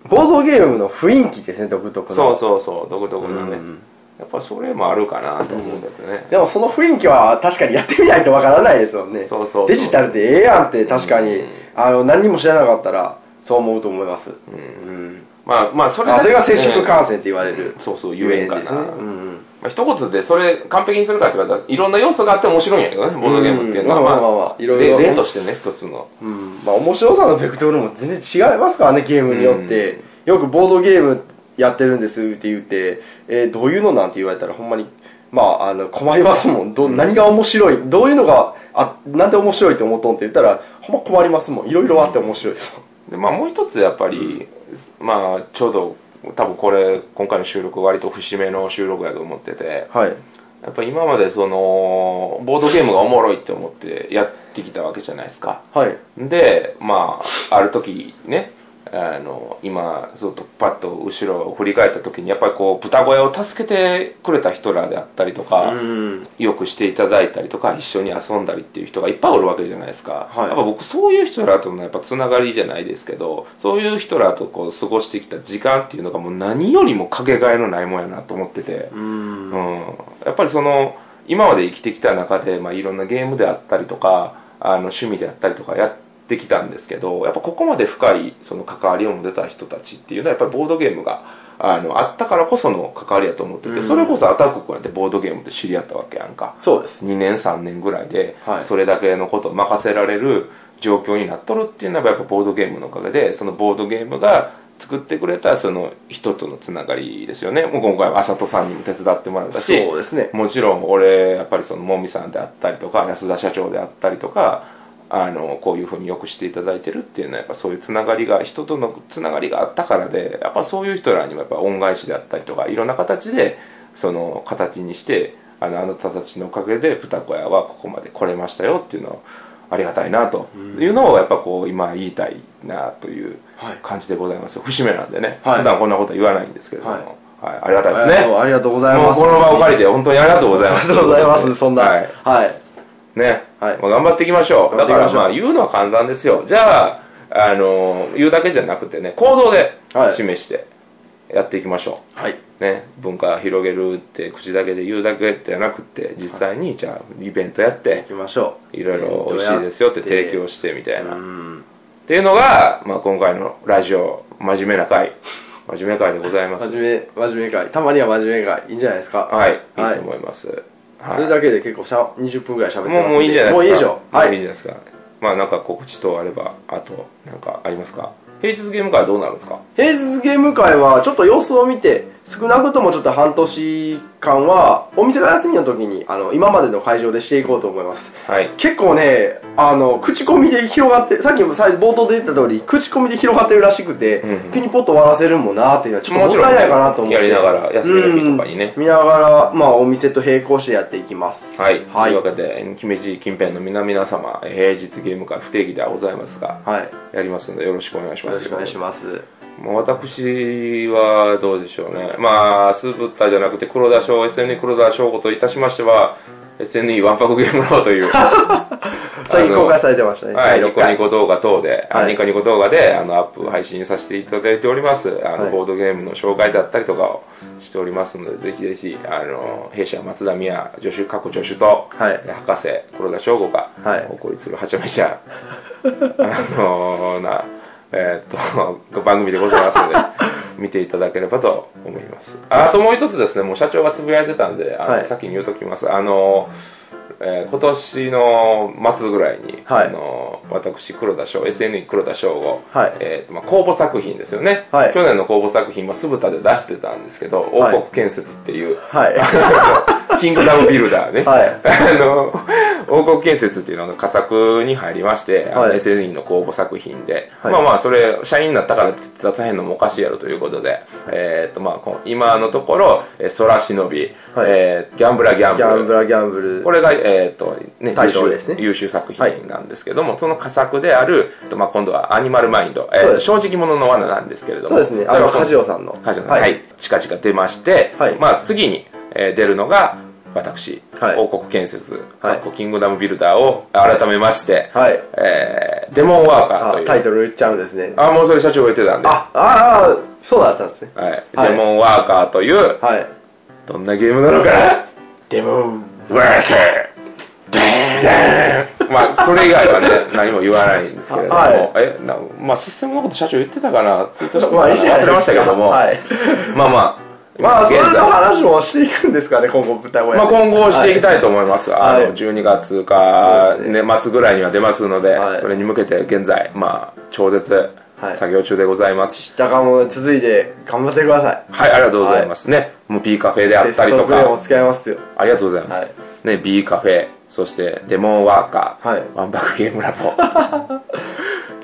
S1: ボードゲームの雰囲気ですね独特の
S2: そうそうそう独特なね、やっぱそれもあるかなと思うんですね、
S1: でもその雰囲気は確かにやってみないとわからないですもんね。
S2: そうそうそう
S1: デジタルでええやんって確かに、あの、何にも知らなかったら、そう思うと思います。うん。
S2: まあまあそれ
S1: あ、
S2: だ
S1: そ
S2: け
S1: れが接触感染って言われる。
S2: そうそう、ゆ
S1: ゆ
S2: え
S1: えん
S2: んか
S1: か
S2: な。
S1: な
S2: まあ、一言で、それ完璧にするかって言われたら、いろんな要素があって面白いんやけどね、ボードゲームっていうのは。
S1: うん
S2: まあ、
S1: まあまあまあいろいろ
S2: 例例としてね、一つの。
S1: うん。まあ面白さのベクトルも全然違いますからね、ゲームによって。よくボードゲームやってるんですって言って、えーどういうのなんて言われたらほんまに、まあ、あの、困りますもん。ど、何が面白いどういうのが、あ、なんで面白いと思っとんって言ったら、ほんま困りますもん。いろいろあって面白いですもん。
S2: で、まあ、もう一つやっぱり、まあ、ちょうど、多分これ、今回の収録、割と節目の収録やと思ってて、
S1: はい。
S2: やっぱ今までその、ボードゲームがおもろいって思ってやってきたわけじゃないですか。
S1: はい。
S2: でまあある時ねあの今ずっとパッと後ろを振り返った時にやっぱりこう豚小屋を助けてくれた人らであったりとか、よくしていただいたりとか一緒に遊んだりっていう人がいっぱいおるわけじゃないですか、
S1: はい
S2: やっぱ僕そういう人らとのやっぱつながりじゃないですけどそういう人らとこう過ごしてきた時間っていうのがもう何よりもかけがえのないもんやなと思ってて。うん、やっぱりその今まで生きてきた中で、まあ、いろんなゲームであったりとかあの趣味であったりとかやってきたんですけどやっぱここまで深いその関わりを持てた人たちっていうのはやっぱりボードゲームがあのあったからこその関わりやと思ってて、
S1: うん
S2: それこそアタック君なんてボードゲームで知り合ったわけやんか
S1: そうですね
S2: 2年3年ぐらいで
S1: はい
S2: それだけのことを任せられる状況になっとるっていうのはやっぱボードゲームのおかげでそのボードゲームが作ってくれたその人とのつながりですよねもう今回はあさとさんにも手伝ってもらったし
S1: そうですね
S2: もちろん俺やっぱりそのもみさんであったりとか安田社長であったりとかあのこういうふうによくしていただいてるっていうのはやっぱそういうつながりが人とのつながりがあったからでやっぱそういう人らにもやっぱ恩返しであったりとかいろんな形でその形にしてあのあなたたちのおかげで豚小屋はここまで来れましたよっていうのはありがたいなというのをやっぱこう今言いたいなという
S1: はい
S2: 感じでございますよ節目なんでね、
S1: はい
S2: 普段こんなことは言わないんですけれども、
S1: はい
S2: はいありがたいですね
S1: あのありがとうござい
S2: も
S1: ま
S2: う
S1: す
S2: この場を借りて本当にありがとうござい
S1: あ
S2: ま
S1: り
S2: す。
S1: がとうございます、そんな。
S2: は。
S1: はいい。
S2: ね。
S1: はい
S2: もう頑張っていきましょう。だ
S1: 頑張っていき
S2: から
S1: ましょう
S2: まあ言うのは簡単ですよ。じゃあ、あのー言うだけじゃなくてね、行動で
S1: はい
S2: 示してやっていきましょ
S1: はい。
S2: う。ね。文化広げるって口だけで言うだけじゃなくて、実際にじゃあイベントやって
S1: 行、きましょう。
S2: いろいろ美味しいですよって提供してみたいうな。っ
S1: ん。
S2: ていうのが、まあ今回のラジオ、真面目な回。真面目回でございます
S1: 真。面目、真面目会。たまには真面目会。いいんじゃないですか。
S2: はい。いいと
S1: はい
S2: 思います。はい
S1: それだけで結構しゃ20分ぐらい喋ってますんで
S2: もうもういいんじゃないですか
S1: もういいでしょう。
S2: もういい
S1: は
S2: ん
S1: い。
S2: じゃないですかまあなんか告知等あればあとなんかありますか平日ゲーム会はどうなるんですか
S1: 平日ゲーム会はちょっと様子を見て少なくともちょっと半年間はお店が休みの時にあの今までの会場でしていこうと思います
S2: はい
S1: 結構ねあの口コミで広がってさっきも最初冒頭で言った通り口コミで広がってるらしくて、
S2: うんうん
S1: 急にポッと終わらせるんもなーっていうのはちょっともったいないかなと思って
S2: もちろんねやりながら休みの日とかにね
S1: うん見ながら、まあ、お店と並行してやっていきます
S2: はい、
S1: はい
S2: というわけで姫路近辺の皆々様平日ゲーム会不定期ではございますが
S1: はい、よ
S2: やりますのでよろしくお願いしま
S1: ろ
S2: す
S1: しくお願いします
S2: もう私はどうでしょうね。まあ、スープッターじゃなくて黒田翔、SNE 黒田翔吾といたしましては、SNE ワンパクゲームローという、
S1: 最近公開されてましたね
S2: は
S1: 第
S2: い、ニ
S1: 六
S2: コニ
S1: 回
S2: コ動画等で、あ
S1: はい
S2: ニコニコ動画であのアップ配信させていただいております。あの、
S1: はい
S2: ボードゲームの紹介だったりとかをしておりますので、ぜひぜひ、あの、弊社松田美也助手、過去助手と、
S1: はい
S2: 博士、黒田翔吾が、
S1: はい
S2: お送りするはちゃめちゃ、 あのな、えーっと、 番組でございま すので、見ていただければと思います。ああともう一つですね、もう社長がつぶやいてたんで、あの、
S1: はい
S2: 先に言うときます。あのえー今年の末ぐらいに、
S1: はい
S2: あの私黒田翔 SNE 黒田翔吾、
S1: はい
S2: えーとまあ、公募作品ですよね、
S1: はい
S2: 去年の公募作品は酢豚で出してたんですけど「王
S1: はい
S2: 国建設」っていう、
S1: は
S2: キングダムビルダーね、
S1: いはい
S2: あの王国建設っていうのが佳作に入りまして、あの
S1: はい
S2: SNE の公募作品で、
S1: はい
S2: まあまあそれ社員になったからって言って出さへんのもおかしいやろということで、えーとまあ、こう今のところ「えー空忍び」
S1: はい
S2: えーギャンブラギャン
S1: ギ
S2: ブル」
S1: ャンブラギャンブル
S2: これが、えっ、と、ね、
S1: 大賞ですね
S2: 優秀優秀作品なんですけども、その佳作である、えっとまあ、今度はアニマルマインド、えー
S1: そう
S2: と
S1: です
S2: 正直者の罠なんですけれども、
S1: そうですね
S2: そ
S1: あ
S2: れ
S1: の
S2: は今
S1: 梶尾さんの
S2: カジオさん、はい、近々出まして、
S1: はい
S2: まあ、次に、えー出るのが、私、
S1: はい
S2: 王国建設、
S1: はい
S2: かっこキングダムビルダーを改めまして、
S1: はい
S2: えーデモンワーカーと
S1: あ
S2: いう、
S1: タイトル言っちゃうんですね
S2: あ、もうそれ社長が言ってたんで、は
S1: あああそうだったんですね
S2: い、
S1: はい
S2: デモンワーカーという、
S1: はい
S2: どんなゲームなのかな
S1: でも
S2: ワーカーまあそれ以外はね何も言わないんですけれども、
S1: はい
S2: えなまあシステムのこと社長言ってたかなツイートしてた
S1: ま
S2: か
S1: あ
S2: ない
S1: いじゃないですか
S2: 忘れましたけども、
S1: はい
S2: まあまあ
S1: まあそ
S2: 現
S1: れの
S2: 在
S1: 話もしていくんですかね今後豚小屋
S2: まあ、今後していきたいと思います、
S1: はい
S2: あの12月か年末ぐらいには出ますので、
S1: はい
S2: それに向けて現在まあ超絶
S1: はい
S2: 作業中でございます
S1: 下かも続いて頑張ってください
S2: はい、ありがとうございます、ねもう P カフェであ
S1: ベ
S2: っ
S1: ス
S2: たり
S1: ト
S2: と
S1: プレ
S2: か
S1: ーも使えますよ
S2: ありがとうございます。
S1: は
S2: ね、B カフェ、そしてデモンワーカー、
S1: はい
S2: ワンバックゲームラボ。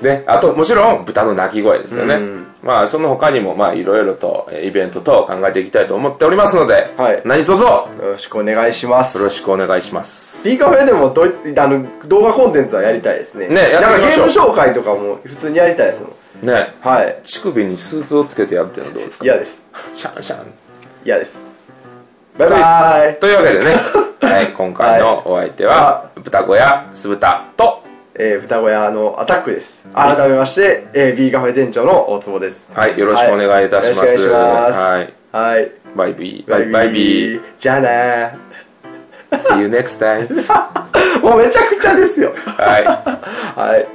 S2: ね、あと、もちろん豚の鳴き声ですよね。まあ、その他にも、まあ、いろいろと、えーイベント等を考えていきたいと思っておりますので、
S1: はい
S2: 何卒よ
S1: よろしくお願いします
S2: ろしくお願いします。
S1: B カフェでもどういあの動画コンテンツはやりたいですね
S2: ねやっ
S1: な
S2: て
S1: ん
S2: み
S1: か
S2: ま
S1: ゲ
S2: し
S1: ー
S2: ょう
S1: ム紹介とかも普通にやりたいですもん
S2: ね、
S1: はい
S2: 乳首にスーツをつけてやるっていうのはどうですか
S1: 嫌です
S2: シャンシャン。
S1: 嫌ですバイバーイ
S2: というわけで ね、はい、今回のお相手は、豚小屋、酢豚と、
S1: えー、豚小屋のアタックです。改めまして、えー、B カフェ店長の大坪です。
S2: はい、よろしくお願いいたします。
S1: はいよろしくお願いします
S2: はい、
S1: はい。
S2: バイビー、バイバイビー、。
S1: じゃあね
S2: see you next time.
S1: ー。もうめちゃくちゃですよ。
S2: Bye.
S1: はい。